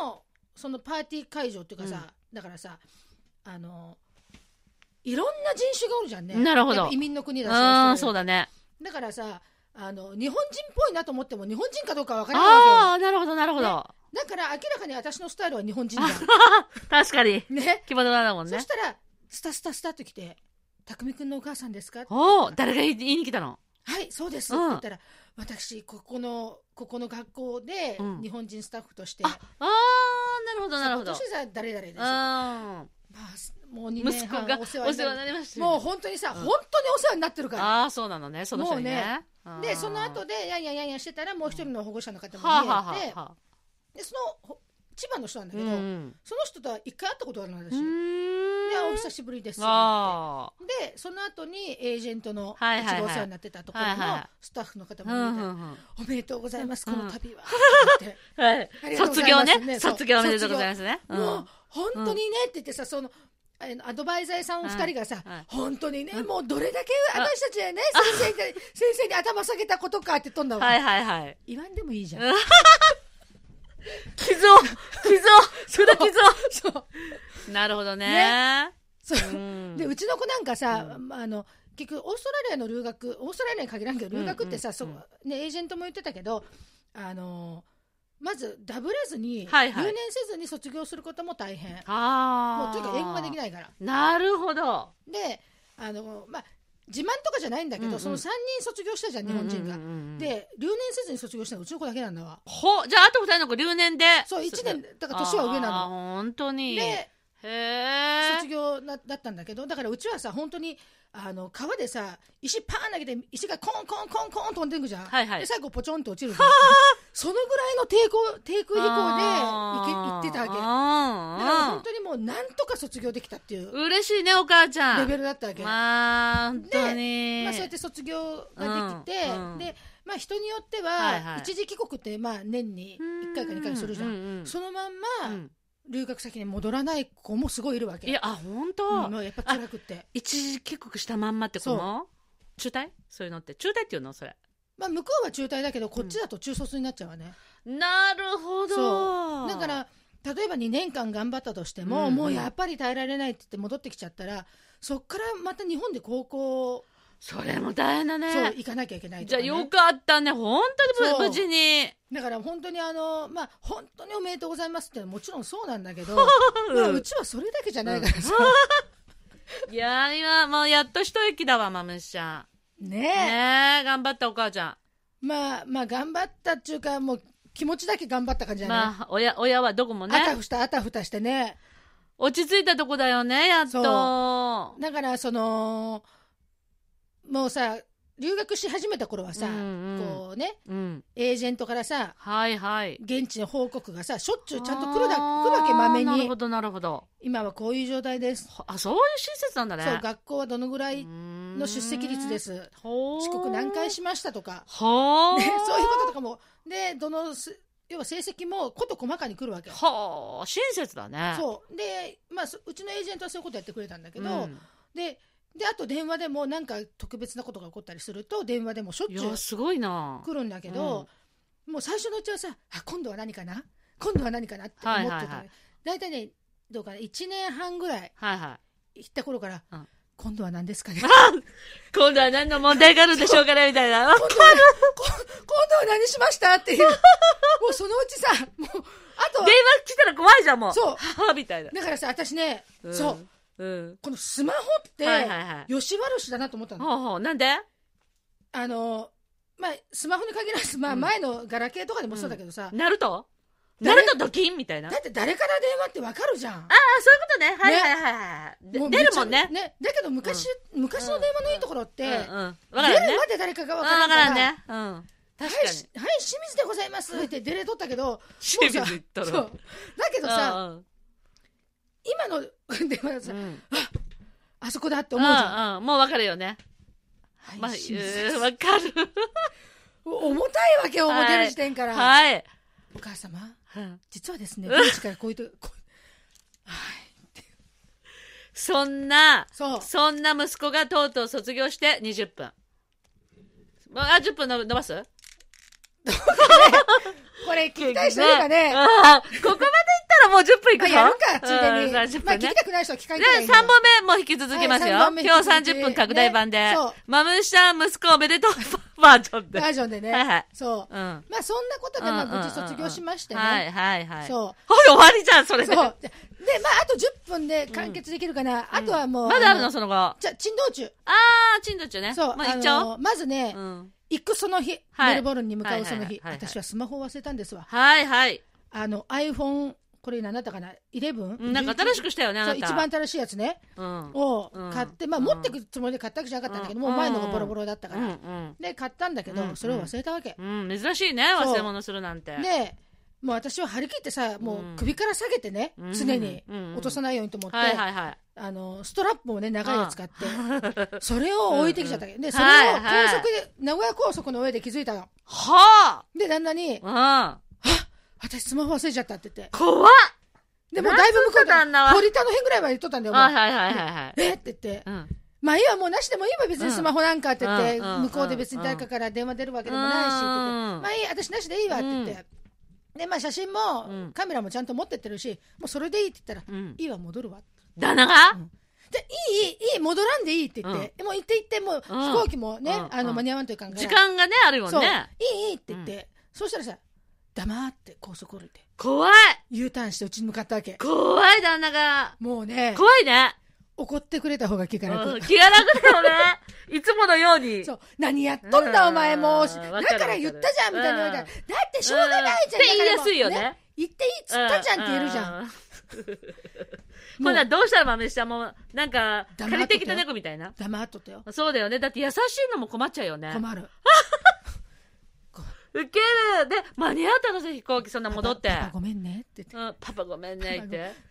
Speaker 1: のそのパーティー会場っていうかさ、だからさあのいろんな人種がおるじゃんね
Speaker 2: なるほど
Speaker 1: やっぱ移民の国だし
Speaker 2: あー
Speaker 1: そ
Speaker 2: そうう
Speaker 1: だ
Speaker 2: だね
Speaker 1: だからさあの日本人っぽいなと思っても日本人かどうかわからないわ
Speaker 2: ああーなるほどなるほど、
Speaker 1: けよだから明らかに私のスタイルは日本人
Speaker 2: [laughs]
Speaker 1: だ
Speaker 2: 確かに
Speaker 1: ね
Speaker 2: 着物だもん
Speaker 1: そ
Speaker 2: ね
Speaker 1: したらスタスタスタって来て「匠くんのお母さんですか?」
Speaker 2: おお誰が言い言いに来たの
Speaker 1: はい、そうです、
Speaker 2: うん
Speaker 1: って言ったら、私、ここの、ここの学校で
Speaker 2: う、ん
Speaker 1: 日本人スタッフとして、
Speaker 2: ああーなるほどなるほど
Speaker 1: 今年は誰々です。ま
Speaker 2: うん
Speaker 1: あ、すもう2
Speaker 2: 息
Speaker 1: 年
Speaker 2: 子が
Speaker 1: 半
Speaker 2: お
Speaker 1: お
Speaker 2: 世
Speaker 1: 世
Speaker 2: 話
Speaker 1: 話
Speaker 2: に
Speaker 1: に
Speaker 2: な
Speaker 1: な
Speaker 2: りました
Speaker 1: る。もう本当にさ、
Speaker 2: うん
Speaker 1: 本当にお世話になってるから。
Speaker 2: ああそうなのねその人にね
Speaker 1: で、その後
Speaker 2: で
Speaker 1: で、やんやんやんやんしてたら、もう一人の保護者の方も
Speaker 2: はあ、はあ
Speaker 1: 見えて、
Speaker 2: はあはあ、
Speaker 1: で、そのほ、千葉の人なんだ
Speaker 2: う
Speaker 1: けど、
Speaker 2: ん
Speaker 1: その人とは一回会ったことがあるの、
Speaker 2: う
Speaker 1: 私。で、あお
Speaker 2: ん
Speaker 1: 久しぶりです。
Speaker 2: あー
Speaker 1: で、その後にエージェントの、うち
Speaker 2: はいはいはい
Speaker 1: がお世話になってたところ
Speaker 2: はいは
Speaker 1: の
Speaker 2: い
Speaker 1: スタッフの方
Speaker 2: う
Speaker 1: も
Speaker 2: んう
Speaker 1: 見えて、
Speaker 2: んうん
Speaker 1: おめでとうございます、
Speaker 2: うん
Speaker 1: この旅は。って
Speaker 2: はい
Speaker 1: ありがとうご
Speaker 2: 卒
Speaker 1: ざい
Speaker 2: 業
Speaker 1: ます
Speaker 2: ね
Speaker 1: そう
Speaker 2: 卒業おめでとうございますね
Speaker 1: 卒業もう本当にねって言ってさ、その、あのアドバイザーさん2人がさ、
Speaker 2: うんはい
Speaker 1: 本当にね、
Speaker 2: うん
Speaker 1: もうどれだけ私たちでね、先生に、 [laughs] 先生に頭下げたことかって言っとんだ
Speaker 2: うん
Speaker 1: わ。
Speaker 2: はいはいはい
Speaker 1: 言わんでもいいじゃん。
Speaker 2: うん傷を傷をそれ傷
Speaker 1: そ
Speaker 2: [laughs]
Speaker 1: う。
Speaker 2: をなるほどね
Speaker 1: そうう。
Speaker 2: ん
Speaker 1: で、うちの子なんかさ、まああの、結局、オーストラリアの留学、オーストラリアに限らんけど、留学ってさ、
Speaker 2: うんうん
Speaker 1: そうね、エージェントも言ってたけど、あの、まず、ダブれずに、
Speaker 2: はいはい
Speaker 1: 留年せずに卒業することも大変。も
Speaker 2: あ
Speaker 1: う、と
Speaker 2: あ
Speaker 1: にかく英語ができ
Speaker 2: い
Speaker 1: ないから。
Speaker 2: なるほど
Speaker 1: であの、まあ、自慢とかじゃないんだけど、
Speaker 2: うんうん
Speaker 1: その3人卒業したじゃん日本人が、
Speaker 2: うんうんうんうん
Speaker 1: で留年せずに卒業したのうちの子だけなんだわ
Speaker 2: ほじゃああと二人の子留年で
Speaker 1: そう1年だから年は上な
Speaker 2: あ
Speaker 1: の
Speaker 2: ー本当に
Speaker 1: で
Speaker 2: へえ
Speaker 1: 卒業なだったんだけどだからうちはさ本当にあの川でさ石パーン投げて石がコンコンコンコン飛んでいくじゃん、
Speaker 2: はいはい
Speaker 1: で最後ポチョンと落ちるじゃんそのぐらいの低空低空飛行で行け行ってたわけだか
Speaker 2: わ
Speaker 1: ら本当にもうなんとか卒業できたっていう
Speaker 2: 嬉しいねお母ちゃん
Speaker 1: レベルだったわけ、
Speaker 2: まあ本当に
Speaker 1: まあ、そうやって卒業ができて、
Speaker 2: うんうん
Speaker 1: でまあ、人によって
Speaker 2: はいはい
Speaker 1: は一時帰国ってまあ年に1回か2回するじゃん、
Speaker 2: ううう
Speaker 1: そのまん
Speaker 2: う
Speaker 1: ま
Speaker 2: ん
Speaker 1: 留学先に戻らない子もすごいいるわけ
Speaker 2: いやあ本
Speaker 1: う
Speaker 2: 当
Speaker 1: んもうやっぱ辛くって
Speaker 2: 一時帰国したまんまって子も中退そういうのって中退っていうのそれ
Speaker 1: まあ、向こうは中退だけどこっちだと中卒になっちゃうわね、
Speaker 2: なるほど
Speaker 1: だから例えば2年間頑張ったとしても、
Speaker 2: うん
Speaker 1: もうやっぱり耐えられないって言って戻ってきちゃったらそっからまた日本で高校、
Speaker 2: それも大変
Speaker 1: そ
Speaker 2: だ
Speaker 1: う
Speaker 2: ね
Speaker 1: 行かなきゃいけないと
Speaker 2: じゃ
Speaker 1: か、
Speaker 2: あ
Speaker 1: ね、
Speaker 2: よかったね本当に
Speaker 1: そ
Speaker 2: 無
Speaker 1: う
Speaker 2: 無事に
Speaker 1: だから本当にあの、まあ、本当におめでとうございますってのはもちろんそうなんだけど、まあ、うちはそれだけじゃないからさ、
Speaker 2: [laughs] いやー今もうやっと一息だわマムシちゃん
Speaker 1: ね
Speaker 2: ねえ頑張ったお母ちゃ
Speaker 1: えまあまあ頑張ったっていうかもう気持ちだけ頑張った感じ
Speaker 2: ん
Speaker 1: だね、
Speaker 2: まあ親親はどこもね
Speaker 1: あたふたあたふたしてね
Speaker 2: 落ち着いたとこだよねやっと
Speaker 1: だからそのもうさ留学し始めた頃はさ、
Speaker 2: うんうん
Speaker 1: こうね
Speaker 2: うん
Speaker 1: エージェントからさ
Speaker 2: はいはい
Speaker 1: 現地の報告がさしょっちゅうちゃんと来るだ来るわけまめ
Speaker 2: あーなる
Speaker 1: に
Speaker 2: ほどなるほど
Speaker 1: 今はこういう状態です、
Speaker 2: あそういう親切なんだね
Speaker 1: そう学校はどのぐらい
Speaker 2: の
Speaker 1: の出席率ですす
Speaker 2: 遅
Speaker 1: 遅刻何回しましたとか
Speaker 2: はあ、
Speaker 1: [laughs] ね、そういうこととかも、で、どのす、要は成績もこと細かに来るわけ。
Speaker 2: はあ親切だね
Speaker 1: そう。で、まあ、そうちのエージェントはそういうことやってくれたんだけど、
Speaker 2: うん
Speaker 1: で、で、あと電話でもなんか特別なことが起こったりすると、電話でもしょっ
Speaker 2: い
Speaker 1: ちゅう
Speaker 2: やすごいな
Speaker 1: 来るんだけど、もう最初のうちはさ、あ、今度は何かな今度は何かなって思ってたの、
Speaker 2: はいはいはい
Speaker 1: 大体ね、どうかな、1年半ぐらい
Speaker 2: はいはい
Speaker 1: 行った頃から、
Speaker 2: うん
Speaker 1: 今度は何ですかね今
Speaker 2: 今度は何の問題があるんでしょうかねみたいな
Speaker 1: 度はこ今度は何しましたって
Speaker 2: [laughs]
Speaker 1: いう。もうそのうちさ、もう、あとは
Speaker 2: 電、話来たら怖いじゃんもう
Speaker 1: そう
Speaker 2: はあみたいな、
Speaker 1: だからさ、私ね、そう。
Speaker 2: うん、うん、
Speaker 1: このスマホって、
Speaker 2: はいはいはい
Speaker 1: 吉原氏だなと思ったの。
Speaker 2: ほうほうなんで
Speaker 1: あの、まあ、スマホに限らず、まあ、
Speaker 2: うん
Speaker 1: 前のガラケーとかでもそうだけどさ、
Speaker 2: ナルトナ
Speaker 1: 誰
Speaker 2: ルトドキンみたいなあ
Speaker 1: だって誰から電話ってわかるじゃん
Speaker 2: あ。そういうことねはいはいはいはいで
Speaker 1: もう
Speaker 2: 出るもんね
Speaker 1: ね。だけど昔、昔の電話のいいところって、
Speaker 2: うんうんわ
Speaker 1: 出
Speaker 2: かるよね
Speaker 1: るまで誰かがわ
Speaker 2: わ
Speaker 1: か
Speaker 2: からん
Speaker 1: んから。
Speaker 2: ね。うん。
Speaker 1: はい、
Speaker 2: 確かに
Speaker 1: し。はい、清水でございますって出れとったけど、
Speaker 2: 清水
Speaker 1: もうさ
Speaker 2: 言ったら
Speaker 1: そうだけどさ、
Speaker 2: うん
Speaker 1: 今の電話さ、
Speaker 2: うん
Speaker 1: あそこだって
Speaker 2: うん
Speaker 1: 思うじゃん。は
Speaker 2: うんもうわかるよね。
Speaker 1: い、
Speaker 2: まあ、う
Speaker 1: 清水で
Speaker 2: ー
Speaker 1: す
Speaker 2: んわかる。
Speaker 1: 重たいわけよ、
Speaker 2: はい
Speaker 1: 出る時点から。
Speaker 2: はい。
Speaker 1: お母様、
Speaker 2: うん
Speaker 1: 実はですね現地からこういうとこうはい
Speaker 2: そんな、
Speaker 1: そう
Speaker 2: そんな息子がとうとう卒業して20分。まあ、あ10分の伸ばす
Speaker 1: これ聞きたい人いるかね
Speaker 2: ああここまでいったらもう10分いく
Speaker 1: まあ
Speaker 2: の
Speaker 1: やるかついで
Speaker 2: うん
Speaker 1: に、
Speaker 2: さあ10
Speaker 1: まあ
Speaker 2: 分
Speaker 1: 聞き
Speaker 2: ね。
Speaker 1: たくない人は聞か
Speaker 2: で
Speaker 1: れたらいい
Speaker 2: 3本目も引き続きますよ。
Speaker 1: はい三本目引き
Speaker 2: 今
Speaker 1: 続
Speaker 2: 日
Speaker 1: き
Speaker 2: 30分拡大版で。
Speaker 1: ねそう
Speaker 2: マムシャン息子おめでとうバージョンで。
Speaker 1: バージョンでね、
Speaker 2: はいはい
Speaker 1: そう
Speaker 2: うん。は
Speaker 1: まあそんなことでまあ無事卒業しましてね、
Speaker 2: いはいはい。
Speaker 1: そう
Speaker 2: ほい終わりじゃん、そ [laughs] れ
Speaker 1: そ
Speaker 2: で。
Speaker 1: うでまああと10分で完結できるかな、あとはもう、
Speaker 2: まだある
Speaker 1: の
Speaker 2: の、その後。あ
Speaker 1: じゃあ珍道中
Speaker 2: ー、チンドッチュね。
Speaker 1: そう、
Speaker 2: もう行っちゃおう。
Speaker 1: のまずね、
Speaker 2: うん。
Speaker 1: 行くその日、
Speaker 2: はい
Speaker 1: メルボルンに向かうその日、
Speaker 2: はいはいはいはい
Speaker 1: 私はスマホを忘れたんですわ
Speaker 2: はいはい。
Speaker 1: あの iPhone これ何だったかな11
Speaker 2: うんなんか新しくしたよね、あ
Speaker 1: そう
Speaker 2: な
Speaker 1: 一
Speaker 2: た。
Speaker 1: 番新しいやつね
Speaker 2: うん。
Speaker 1: を
Speaker 2: うん
Speaker 1: 買って、まあ
Speaker 2: うん
Speaker 1: 持ってくつもりで買ったわけじゃなかったんだけど、
Speaker 2: うん
Speaker 1: もう前のがボロボロだったから、
Speaker 2: うん
Speaker 1: で買ったんだけど、
Speaker 2: うん
Speaker 1: それを忘れたわけ、
Speaker 2: うん、うん、珍しいね
Speaker 1: そう
Speaker 2: 忘れ物するなんて
Speaker 1: でもう私は張り切ってさもう首から下げてね、
Speaker 2: うん
Speaker 1: 常に
Speaker 2: うん
Speaker 1: 落とさないようにと思って、
Speaker 2: はいはいはい
Speaker 1: あのストラップをね長いの使ってそれを置いてきちゃったわけでそれを
Speaker 2: はい
Speaker 1: 高
Speaker 2: はい
Speaker 1: 速で、名古屋高速の上で気づいたの
Speaker 2: [laughs] は
Speaker 1: で旦那に
Speaker 2: あ
Speaker 1: 「私スマホ忘れちゃった」って言って
Speaker 2: うん怖っ
Speaker 1: でもうだいぶ向こう
Speaker 2: なんつったんだわ
Speaker 1: 堀田の辺ぐらいまで行っとったんだよもう
Speaker 2: はいはいはいはいはい
Speaker 1: えっ?」って言って
Speaker 2: うん
Speaker 1: 「まあいいわもうなしでもいいわ別にスマホなんか」って言って、
Speaker 2: うんうん
Speaker 1: 向こうで別に誰かから電話出るわけでもないしって言って
Speaker 2: うん
Speaker 1: まあいい私なしでいいわって言って、でまあ写真も、
Speaker 2: うん
Speaker 1: カメラもちゃんと持ってってるしもうそれでいいって言ったら、
Speaker 2: うん
Speaker 1: いいわ戻るわ
Speaker 2: 旦那が
Speaker 1: でいいいいいい戻らんでいいって言って、もう行って行ってもう飛
Speaker 2: うん
Speaker 1: 行機もね、
Speaker 2: うん
Speaker 1: あの
Speaker 2: うん
Speaker 1: 間に合わんというかんから
Speaker 2: 時間がねあるもん
Speaker 1: そう
Speaker 2: ね
Speaker 1: いいいいって言って、そうしたらさ黙って高速降りて
Speaker 2: 怖い
Speaker 1: U ターンしてうちに向かったわけ
Speaker 2: 怖い旦那が
Speaker 1: もうね
Speaker 2: 怖いね
Speaker 1: 怒ってくれた方が気が楽、
Speaker 2: うん気が楽だ
Speaker 1: [laughs]
Speaker 2: よねいつものように
Speaker 1: そう何やっとんだお前もう
Speaker 2: うん
Speaker 1: だ
Speaker 2: わかる
Speaker 1: から言ったじゃんみたいな言われたら
Speaker 2: う
Speaker 1: だ
Speaker 2: ん
Speaker 1: ってしょうがないじゃん
Speaker 2: うんって言いやすいよね
Speaker 1: だからもう言っていいっつったじゃんって言えるじゃん、
Speaker 2: うう
Speaker 1: も
Speaker 2: ほ
Speaker 1: う
Speaker 2: などうしたら豆下もなん
Speaker 1: 黙
Speaker 2: か
Speaker 1: っとけ
Speaker 2: 借りてきた猫みたいな
Speaker 1: 黙っとったよ
Speaker 2: そうだよねだって優しいのも困っちゃうよね
Speaker 1: 困る
Speaker 2: ウケるで間に合ったのさ飛行機そんな戻って
Speaker 1: パパパパごめんねって言って、
Speaker 2: うん、パパごめんねっ
Speaker 1: パ
Speaker 2: て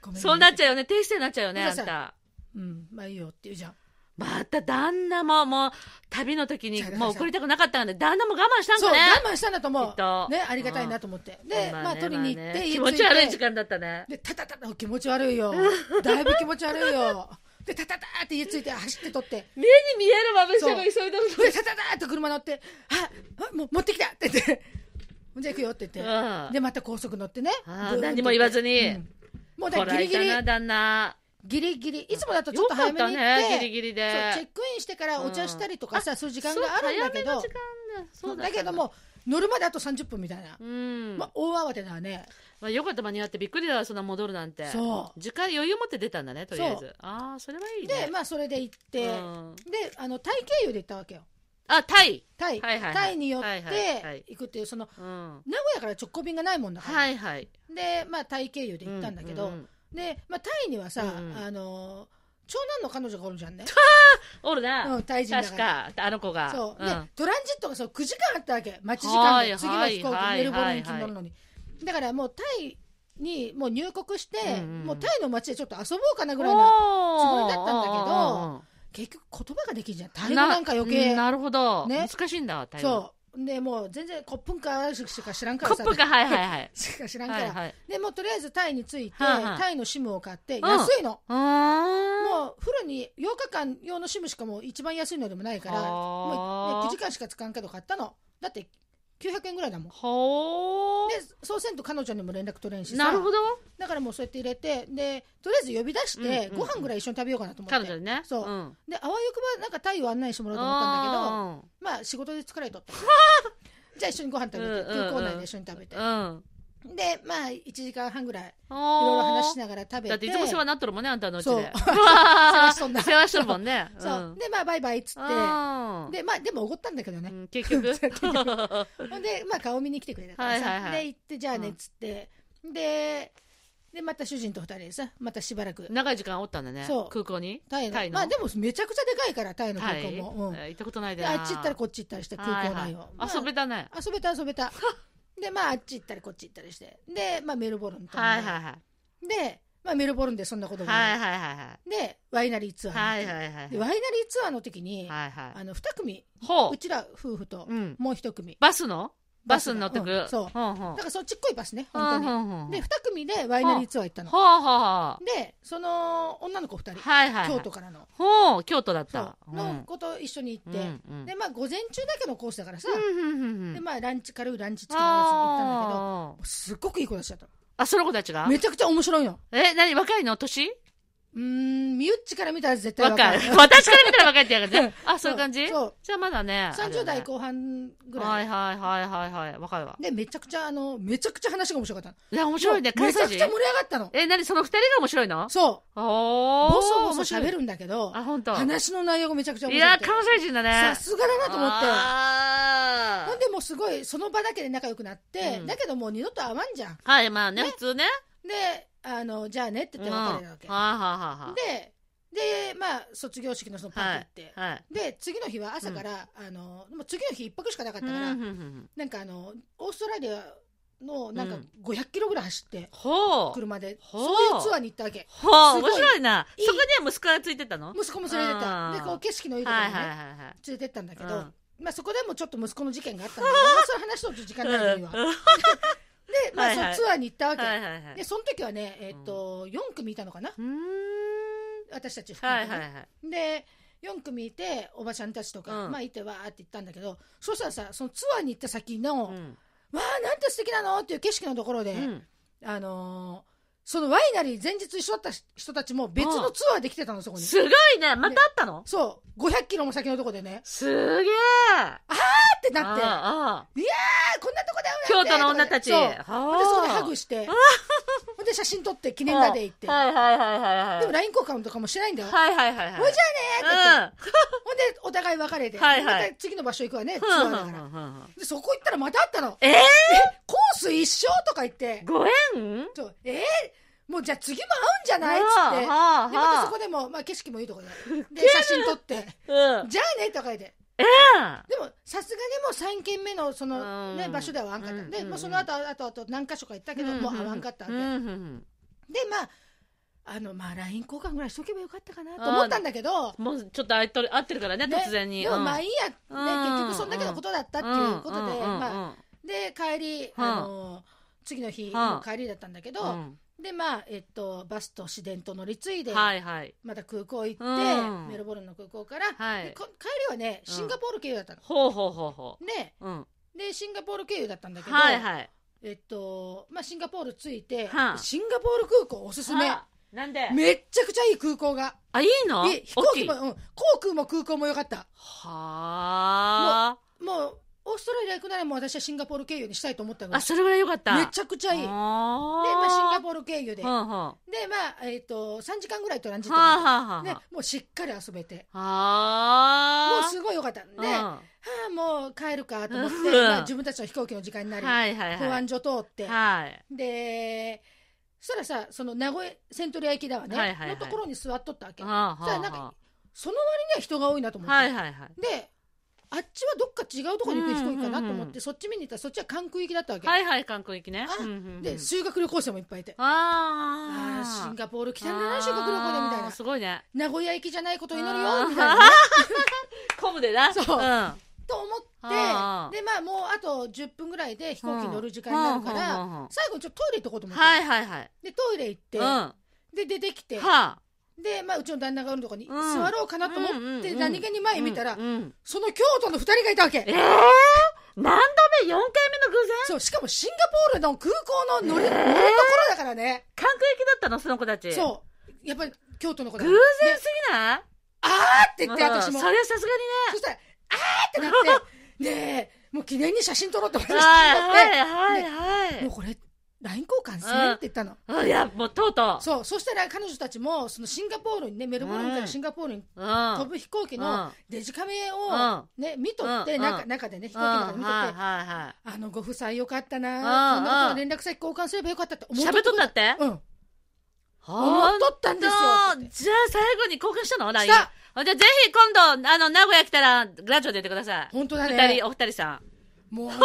Speaker 1: ごめんね
Speaker 2: そうなっちゃうよね低姿勢になっちゃうよねあ
Speaker 1: 皆
Speaker 2: ん
Speaker 1: さん
Speaker 2: た
Speaker 1: うん、まあいいよって言うじゃん。
Speaker 2: また旦那ももう旅の時に
Speaker 1: そう
Speaker 2: もう送りたくなかったんで旦那も我慢したん
Speaker 1: そう、
Speaker 2: かね
Speaker 1: 我慢したんだと思
Speaker 2: きっと
Speaker 1: う。ね、ありがたいなと思って。で、
Speaker 2: まあね
Speaker 1: まあ取りに行
Speaker 2: ま
Speaker 1: っ
Speaker 2: あ
Speaker 1: て、
Speaker 2: ね
Speaker 1: 家
Speaker 2: 気
Speaker 1: 着
Speaker 2: 持
Speaker 1: い
Speaker 2: ち悪い時
Speaker 1: て。
Speaker 2: 間だったね
Speaker 1: で、タタタタ、気持ち悪い
Speaker 2: [laughs]
Speaker 1: よ。だいぶ気持ち悪いよ。で、タタタって家着いて走って取って。
Speaker 2: 目に見えるまぶしが急いでる
Speaker 1: で、タタタって車乗って、あ、あもう持ってきたって言って。じゃあ行くよって言って。
Speaker 2: の
Speaker 1: で、また高速乗ってね。
Speaker 2: あ
Speaker 1: ブーンって行っ
Speaker 2: ー
Speaker 1: て
Speaker 2: 何も言わずに
Speaker 1: うんもうだ
Speaker 2: こ
Speaker 1: かららギリ
Speaker 2: え
Speaker 1: ギ
Speaker 2: た
Speaker 1: リ、
Speaker 2: な旦那
Speaker 1: ギリギリ。いつもだとちょっと早めに
Speaker 2: よ
Speaker 1: 行
Speaker 2: かった
Speaker 1: っ
Speaker 2: ねギ
Speaker 1: て。そう
Speaker 2: リギリ
Speaker 1: チ
Speaker 2: で
Speaker 1: ェックインしてからお茶したりとかさ、そういう時間があるんだけ
Speaker 2: そう早めの
Speaker 1: ど
Speaker 2: 時、間だそうだ
Speaker 1: だけども、乗るまであと30分みたいな
Speaker 2: う。ん
Speaker 1: まあ、大慌てだね。
Speaker 2: まあ、よかった間に合ってびっくりだわそんな戻るなんて
Speaker 1: そう
Speaker 2: 時間余裕持って出たんだねとりあえ
Speaker 1: そ
Speaker 2: ずああそれはいいね
Speaker 1: で、まあ、それで行って、
Speaker 2: うん
Speaker 1: で、あの、タイ経由で行ったわけよ。
Speaker 2: あタイ
Speaker 1: タイ、
Speaker 2: はいはいはい
Speaker 1: タイによっ
Speaker 2: はいはいはい
Speaker 1: て行くっていう、その、
Speaker 2: うん
Speaker 1: 名古屋から直行便がないもんだから。
Speaker 2: はいはい
Speaker 1: で、まあ、タイ経由で行ったんだけど、
Speaker 2: うううん
Speaker 1: で、まあ、タイにはさ、
Speaker 2: うんうん
Speaker 1: あの、長男の彼女がおるじゃん
Speaker 2: [laughs]
Speaker 1: ね。
Speaker 2: おるな、
Speaker 1: うん、タイ人だ
Speaker 2: 確
Speaker 1: から。
Speaker 2: かあの子が
Speaker 1: そう、
Speaker 2: ん
Speaker 1: で、トランジットがそう9時間あったわけ。待ち時間
Speaker 2: は
Speaker 1: で、
Speaker 2: い
Speaker 1: 次の飛行機、
Speaker 2: はい
Speaker 1: メルボルン行き
Speaker 2: はい
Speaker 1: に乗るのに。だからもう、タイにもう入国して、
Speaker 2: うんうん
Speaker 1: もうタイの街でちょっと遊ぼうかなぐらいな、
Speaker 2: おー
Speaker 1: つもりだったんだけど結局言葉ができんじゃん。タイ語なんか余計。
Speaker 2: ななるほど、
Speaker 1: ね
Speaker 2: 難しいんだタイ語
Speaker 1: そう。で、もう全然コップンカーしか知らんか
Speaker 2: [laughs] コ
Speaker 1: らさ。
Speaker 2: ップかはいはいはい
Speaker 1: しか知らんか
Speaker 2: は
Speaker 1: ら。
Speaker 2: いはい
Speaker 1: で、もうとりあえずタイに着いて、
Speaker 2: はいはい
Speaker 1: タイのシムを買って、
Speaker 2: ん
Speaker 1: 安いの。
Speaker 2: うーん
Speaker 1: もうフルに8日間用のシムしかもう一番安いのでもないから、
Speaker 2: あー
Speaker 1: もう、ね、9時間しか使わんけど買ったの。だって900円ぐらいだもん。で、
Speaker 2: ほ
Speaker 1: そうせんと彼女にも連絡取れんし
Speaker 2: ー
Speaker 1: さ。
Speaker 2: なるほど
Speaker 1: だからもうそうやって入れて、で、とりあえず呼び出して、
Speaker 2: うん
Speaker 1: ご飯ぐらい一緒に食べようかなと思って。
Speaker 2: 彼女にね、
Speaker 1: そうんで、あわよくばなんかタイを案内してもらおうと思ったんだけど、まあ仕事で疲れと
Speaker 2: [laughs]
Speaker 1: った。じゃあ一緒にご飯食べて、
Speaker 2: うんうんうん
Speaker 1: 空港内で一緒に食べて。
Speaker 2: うんうん
Speaker 1: で、まあ1時間半ぐらい、い
Speaker 2: おー
Speaker 1: ろいろ話しながら食べて。
Speaker 2: だっていつも世話になっとるもんねあんた [laughs] のうちで
Speaker 1: そう
Speaker 2: わ
Speaker 1: [laughs] 世話しとん
Speaker 2: ー
Speaker 1: だ
Speaker 2: 世話しとるもんね
Speaker 1: そう。で、まあバイバイっつって。
Speaker 2: ん
Speaker 1: で、まあでもおごったんだけど
Speaker 2: う
Speaker 1: ね。
Speaker 2: ん結局
Speaker 1: [laughs] ほんで、まあ顔見に来てくれたからさ。
Speaker 2: はいはいはい
Speaker 1: で、行って、じゃあねっつって。で、で、また主人と二人でさ、またしばらく。
Speaker 2: 長い時間おったんだね
Speaker 1: そう
Speaker 2: 空港に
Speaker 1: タイの。
Speaker 2: タイの
Speaker 1: まあでもめちゃくちゃでかいから、タイの
Speaker 2: は
Speaker 1: 空
Speaker 2: い
Speaker 1: 港
Speaker 2: え
Speaker 1: も。うん。
Speaker 2: ー行ったことないで
Speaker 1: で、
Speaker 2: な
Speaker 1: あっち行ったらこっち行ったりして、空港内を
Speaker 2: は。い
Speaker 1: ま
Speaker 2: は
Speaker 1: あ
Speaker 2: い遊べたね
Speaker 1: 遊べた遊べ
Speaker 2: [laughs]
Speaker 1: た。で、まああっち行ったりこっち行ったりして。で、まあメルボルンと。
Speaker 2: はいはいはい
Speaker 1: で、まあ、メルボルンでそんなことも
Speaker 2: は
Speaker 1: あ
Speaker 2: い
Speaker 1: る、
Speaker 2: はいはいはい
Speaker 1: でワイナリーツアー
Speaker 2: は
Speaker 1: に行
Speaker 2: い
Speaker 1: って、
Speaker 2: はいはい
Speaker 1: でワイナリーツアーの時に、
Speaker 2: はいは
Speaker 1: あの2組
Speaker 2: いほ
Speaker 1: うちら夫婦と
Speaker 2: ううん
Speaker 1: もう一組
Speaker 2: バスのバスに乗ってくる、
Speaker 1: うんそう
Speaker 2: ほんほん
Speaker 1: だからそっちっこいバスね
Speaker 2: ほ
Speaker 1: 本
Speaker 2: ん
Speaker 1: 当
Speaker 2: ほ
Speaker 1: に
Speaker 2: んほん
Speaker 1: で2組でワイナリーツアー行ったの
Speaker 2: ほうほうほ
Speaker 1: でその女の子2
Speaker 2: う
Speaker 1: 人
Speaker 2: はいはいはい
Speaker 1: 京都からの
Speaker 2: ほう京都だっ
Speaker 1: そ
Speaker 2: た
Speaker 1: うの子と一緒に行
Speaker 2: う
Speaker 1: っ
Speaker 2: ん
Speaker 1: て
Speaker 2: うんうん
Speaker 1: でまあ午前中だけのコースだからさ
Speaker 2: うんうんうんうん
Speaker 1: でまあランチ軽いランチ付きのやつに行ったんだけども
Speaker 2: あー
Speaker 1: うすっごくいい子たちだった
Speaker 2: あその子たちが
Speaker 1: のめちゃくちゃ面白いの
Speaker 2: え何若いの年
Speaker 1: うーん身内から見たら絶対
Speaker 2: 若
Speaker 1: わ
Speaker 2: い [laughs]
Speaker 1: かる
Speaker 2: 私から見たら若いってやるねあそういう感じ
Speaker 1: そう
Speaker 2: じゃあまだね
Speaker 1: 30代後半ぐら
Speaker 2: はいいはいはいはいはい若いわ
Speaker 1: でめちゃくちゃあのめちゃくちゃ話が面白かったの
Speaker 2: いや面白いね
Speaker 1: もうめ
Speaker 2: 関
Speaker 1: ちゃ
Speaker 2: 西
Speaker 1: くちゃ盛
Speaker 2: 人
Speaker 1: り上がったの
Speaker 2: え何その二人が面白いの
Speaker 1: そう
Speaker 2: おお
Speaker 1: ボソボソ喋るんだけど
Speaker 2: あ本当
Speaker 1: 話の内容がめちゃくちゃ
Speaker 2: い
Speaker 1: 面白
Speaker 2: や
Speaker 1: くて
Speaker 2: 関西人だね
Speaker 1: さすがだなと思って
Speaker 2: あー
Speaker 1: ほんでもうすごいその場だけで仲良くなって、
Speaker 2: うん
Speaker 1: だけどもう二度と会わんじゃん
Speaker 2: はいまあね
Speaker 1: ね
Speaker 2: 普通ね
Speaker 1: であのじゃあねって
Speaker 2: う
Speaker 1: 言
Speaker 2: ん
Speaker 1: って別れたわけ、
Speaker 2: はいはいはい
Speaker 1: ででまあ卒業式のそのパーティー行って、
Speaker 2: はいはい
Speaker 1: で次の日は朝から、あのもう次の日一泊しかなかったから、
Speaker 2: うんうんうん
Speaker 1: なんかあのオーストラリアのなんか
Speaker 2: うん
Speaker 1: 500キロぐらい走って、
Speaker 2: ほう
Speaker 1: 車で
Speaker 2: ほう
Speaker 1: そういうツアーに行ったわけ
Speaker 2: ほう
Speaker 1: すご
Speaker 2: 面
Speaker 1: い
Speaker 2: 白いない
Speaker 1: い
Speaker 2: そこには息子がついてったの
Speaker 1: 息子も連れてった
Speaker 2: あー
Speaker 1: でこう景色のいいところ
Speaker 2: は
Speaker 1: に
Speaker 2: い
Speaker 1: ね、
Speaker 2: はいはいはい
Speaker 1: 連れてったんだけど、
Speaker 2: うん
Speaker 1: まあ、そこでもちょっと息子の事件があったんだけ
Speaker 2: [laughs]
Speaker 1: ど、まあそういう話をちょっと時間ないのには。で、まあ、
Speaker 2: はいはい
Speaker 1: そうツアーに行ったわけ。
Speaker 2: はいはいはい
Speaker 1: で、その時はね、えっと、4組いたのかな
Speaker 2: うーん
Speaker 1: 私たち含
Speaker 2: は
Speaker 1: め
Speaker 2: い
Speaker 1: て
Speaker 2: は
Speaker 1: ね
Speaker 2: いはい
Speaker 1: で、4組いて、おばちゃんたちとか、
Speaker 2: うん
Speaker 1: まあ、いてわーって行ったんだけど、そしたらさ、そのツアーに行った先の、
Speaker 2: う
Speaker 1: わ
Speaker 2: ん
Speaker 1: ー、なんて素敵なのっていう景色のところで、
Speaker 2: うん
Speaker 1: あのーそのワイナリー前日一緒だった人たちも別のツアーで来てたの、そこに。
Speaker 2: すごいねまたあったの
Speaker 1: そう、500キロも先のとこでね、
Speaker 2: すげえ
Speaker 1: あってなって、あ
Speaker 2: あ
Speaker 1: ーこんなとこだよ
Speaker 2: ー京都の女たち
Speaker 1: そう
Speaker 2: は
Speaker 1: ほん
Speaker 2: あ
Speaker 1: でそこでハグしてほんで写真撮って記念だで行ってで
Speaker 2: はいはいはいはいはい
Speaker 1: も LINE 交換とかもしてないんだよほんで
Speaker 2: はいはいはいはい
Speaker 1: ほいじゃあ
Speaker 2: ね
Speaker 1: お互い別れて
Speaker 2: はい
Speaker 1: ま
Speaker 2: はい
Speaker 1: た次の場所行くわねツ
Speaker 2: う
Speaker 1: アー
Speaker 2: ん
Speaker 1: だ
Speaker 2: う
Speaker 1: か
Speaker 2: ん
Speaker 1: ら
Speaker 2: うんうんうん
Speaker 1: でそこ行ったらまた会ったの
Speaker 2: え
Speaker 1: コース一生とか言って
Speaker 2: ーご縁
Speaker 1: そうえーもうじゃあ次も会うんじゃないっつって
Speaker 2: はあはあ
Speaker 1: でまたそこでもまあ景色もいいとこでで写真撮って
Speaker 2: うん
Speaker 1: じゃあねとか言って
Speaker 2: う
Speaker 1: でもさすがにもう3軒目のそのね
Speaker 2: うん
Speaker 1: 場所では会わんかった
Speaker 2: うん
Speaker 1: でもうその後あとあと何か所か行ったけど
Speaker 2: ん
Speaker 1: もう会わんかったわけ
Speaker 2: うんうんうん
Speaker 1: でまああのまあ LINE 交換ぐらいしとけばよかったかなと思ったんだけど、
Speaker 2: もうちょっと会っとる会ってるからね
Speaker 1: ね
Speaker 2: 突然に
Speaker 1: でも
Speaker 2: うん
Speaker 1: まあいいや、ね
Speaker 2: うん
Speaker 1: 結局そんだけのことだったっていうことで、
Speaker 2: んん
Speaker 1: まあ、で帰り、あの次の日の帰りだったんだけど、
Speaker 2: うんうん
Speaker 1: でまあえっとバスと市電と乗り継いで、
Speaker 2: はいはい
Speaker 1: また空港行って、
Speaker 2: うん
Speaker 1: メルボルンの空港から、
Speaker 2: はい
Speaker 1: でこ帰りはねシンガポール経由だったの。
Speaker 2: ほうほうほうほ
Speaker 1: で
Speaker 2: ううん
Speaker 1: でシンガポール経由だったんだけど、
Speaker 2: はいはい
Speaker 1: えっとまあ、シンガポール着いて、
Speaker 2: はあ
Speaker 1: シンガポール空港おすすめ、
Speaker 2: はあなんで
Speaker 1: めっちゃくちゃいい空港が。
Speaker 2: あいいの
Speaker 1: え飛行
Speaker 2: 大き
Speaker 1: 機
Speaker 2: い
Speaker 1: も、
Speaker 2: は
Speaker 1: うん、航空も空港も良かった
Speaker 2: あ
Speaker 1: もうオーストラリア行くならもう私はシンガポール経由にしたいと思ったの
Speaker 2: あそれぐらいよかった
Speaker 1: めちゃくちゃいいで、ま
Speaker 2: あ
Speaker 1: あ、シンガ
Speaker 2: ポ
Speaker 1: ポール経由でで
Speaker 2: うんうんは
Speaker 1: まあえっ、と3時間ぐらいトランジ
Speaker 2: あ
Speaker 1: ット
Speaker 2: は
Speaker 1: があ
Speaker 2: あ
Speaker 1: って
Speaker 2: はあ
Speaker 1: で
Speaker 2: は
Speaker 1: もうしっかり遊べて
Speaker 2: あ
Speaker 1: もう
Speaker 2: あ
Speaker 1: すごい良かったんで、
Speaker 2: うん
Speaker 1: はあもう帰るかと思って、
Speaker 2: うん
Speaker 1: まあ、自分たちの飛行機の時間になり、
Speaker 2: はいはい
Speaker 1: 保
Speaker 2: はい
Speaker 1: 安所通って、
Speaker 2: はい
Speaker 1: でそしたらさその名古屋セントリア行きだわね、
Speaker 2: はいはいはい
Speaker 1: のところに座っとったわけ
Speaker 2: は
Speaker 1: そし
Speaker 2: あ
Speaker 1: たら
Speaker 2: はあ
Speaker 1: なん
Speaker 2: は
Speaker 1: かその割には人が多いなと思
Speaker 2: あ
Speaker 1: って、
Speaker 2: はいはいはい
Speaker 1: であっちはどっか違うところに行く飛行機かなと
Speaker 2: うん
Speaker 1: 思
Speaker 2: う
Speaker 1: っ
Speaker 2: んう
Speaker 1: てそっち見に行ったらそっちは関空行きだったわけ、
Speaker 2: はいはい韓国行きね
Speaker 1: あ
Speaker 2: うんうんうん
Speaker 1: で修学旅行生もいっぱいいてああ
Speaker 2: ああ
Speaker 1: シンガポール来たんだな修学旅行でみたい
Speaker 2: あー
Speaker 1: な
Speaker 2: すごいね
Speaker 1: 名古屋行きじゃないこと
Speaker 2: と
Speaker 1: を祈るよみたい
Speaker 2: [laughs]
Speaker 1: なね
Speaker 2: コムでな
Speaker 1: そうん
Speaker 2: は
Speaker 1: と思っ
Speaker 2: あー
Speaker 1: てでまあもうあと10分ぐらいで飛行機に乗る時間になるか
Speaker 2: うんうんうんうんう
Speaker 1: ら
Speaker 2: ん
Speaker 1: 最後にちょっとトイレ行こうと
Speaker 2: い
Speaker 1: 思って、
Speaker 2: はいはい
Speaker 1: でトイレ行って、
Speaker 2: うんは
Speaker 1: で出てきて
Speaker 2: あ
Speaker 1: で、まあ、うちの旦那がおるとこに
Speaker 2: うん
Speaker 1: 座ろうかなと思って、
Speaker 2: うんうんうん
Speaker 1: 何気に前見たら、
Speaker 2: うんうん
Speaker 1: その京都の2人がいたわけ
Speaker 2: ええ何度目4回目の偶然
Speaker 1: そうしかもシンガポールの空港の乗り,、乗るところだからね
Speaker 2: 韓国行きだったのその子たち
Speaker 1: そう。やっぱり京都の子だ。
Speaker 2: 偶然
Speaker 1: です
Speaker 2: ぎない
Speaker 1: あーって言って、
Speaker 2: うん
Speaker 1: 私も。
Speaker 2: それはさすが
Speaker 1: そしたら、あーってなって、
Speaker 2: [laughs]
Speaker 1: ねえ、もう記念に写真撮ろうって思って
Speaker 2: にね
Speaker 1: 写真撮って
Speaker 2: はいはいはい
Speaker 1: もうこれ、LINE 交換せんって言ったの。
Speaker 2: はいいやもうとうと
Speaker 1: そう。そしたら彼女たちも、そのシンガポールにね、メルボルンか
Speaker 2: う
Speaker 1: ら
Speaker 2: ん
Speaker 1: シンガポールに
Speaker 2: ううん
Speaker 1: 飛ぶ飛行機
Speaker 2: う
Speaker 1: の
Speaker 2: ん
Speaker 1: デジカメ
Speaker 2: うん
Speaker 1: をね、見とっ
Speaker 2: う
Speaker 1: て、
Speaker 2: ん
Speaker 1: 中
Speaker 2: うん
Speaker 1: 中でね、飛
Speaker 2: う
Speaker 1: 行
Speaker 2: ん
Speaker 1: 機の中で見と
Speaker 2: はい
Speaker 1: って、
Speaker 2: はいは
Speaker 1: あの、ご夫妻よかったな
Speaker 2: う
Speaker 1: こ
Speaker 2: ん
Speaker 1: んなこと
Speaker 2: うん
Speaker 1: 連絡先交換すればよかったって
Speaker 2: い
Speaker 1: 思っ
Speaker 2: 喋っとったって
Speaker 1: うん。思
Speaker 2: ほ
Speaker 1: っ
Speaker 2: ん
Speaker 1: とったんですよ
Speaker 2: そう
Speaker 1: って。
Speaker 2: じゃあ最後に交換したの ?LINE。
Speaker 1: した
Speaker 2: あじゃあぜひ今度、あの、名古屋来たら、ラジオ出てください。
Speaker 1: 本当だ
Speaker 2: 二、
Speaker 1: ね。
Speaker 2: 人、お二人さん。
Speaker 1: も
Speaker 2: [laughs]
Speaker 1: うね、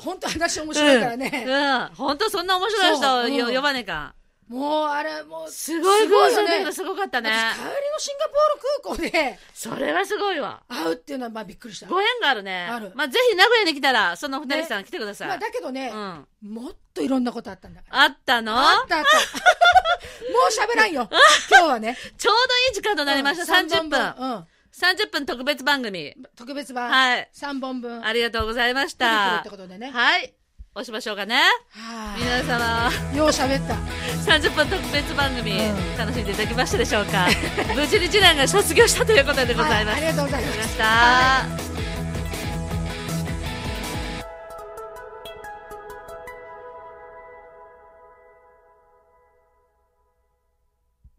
Speaker 1: 本当話面白いからね。
Speaker 2: うん。本当そんな面白い人
Speaker 1: そう
Speaker 2: よ
Speaker 1: うん
Speaker 2: 呼ばねえか。
Speaker 1: もうあれもう
Speaker 2: すごい偶
Speaker 1: よ
Speaker 2: 然だけ
Speaker 1: ね
Speaker 2: どすごかったね
Speaker 1: 私帰りのシンガポール空港
Speaker 2: [laughs]
Speaker 1: で
Speaker 2: それはすごいわ
Speaker 1: 会うっていうのはまあびっくりした、
Speaker 2: ご縁があるね
Speaker 1: ある
Speaker 2: まあ、ぜひ名古屋に来たらそのお二人さん来てください、
Speaker 1: まあ、だけどね、
Speaker 2: うん、
Speaker 1: もっといろんなことあったんだから
Speaker 2: あったの
Speaker 1: あったあった
Speaker 2: [laughs]
Speaker 1: もう喋らんよ今日はね
Speaker 2: ちょうどいい時間となりました、
Speaker 1: うん
Speaker 2: 30分
Speaker 1: 三本分、
Speaker 2: 30分特別番組
Speaker 1: うん、特別版、
Speaker 2: はい
Speaker 1: 3本分
Speaker 2: ありがとうございまし
Speaker 1: 出てくる
Speaker 2: た
Speaker 1: ってことでね
Speaker 2: はいおしましょうかね
Speaker 1: はい
Speaker 2: 皆様
Speaker 1: よう喋った
Speaker 2: 30分特別番組、
Speaker 1: うん
Speaker 2: 楽しんでいただきましたでしょうか無事に次男が卒業したということでございま
Speaker 1: は
Speaker 2: す、
Speaker 1: ありがとうございま
Speaker 2: ありがとうございまし
Speaker 1: したたはい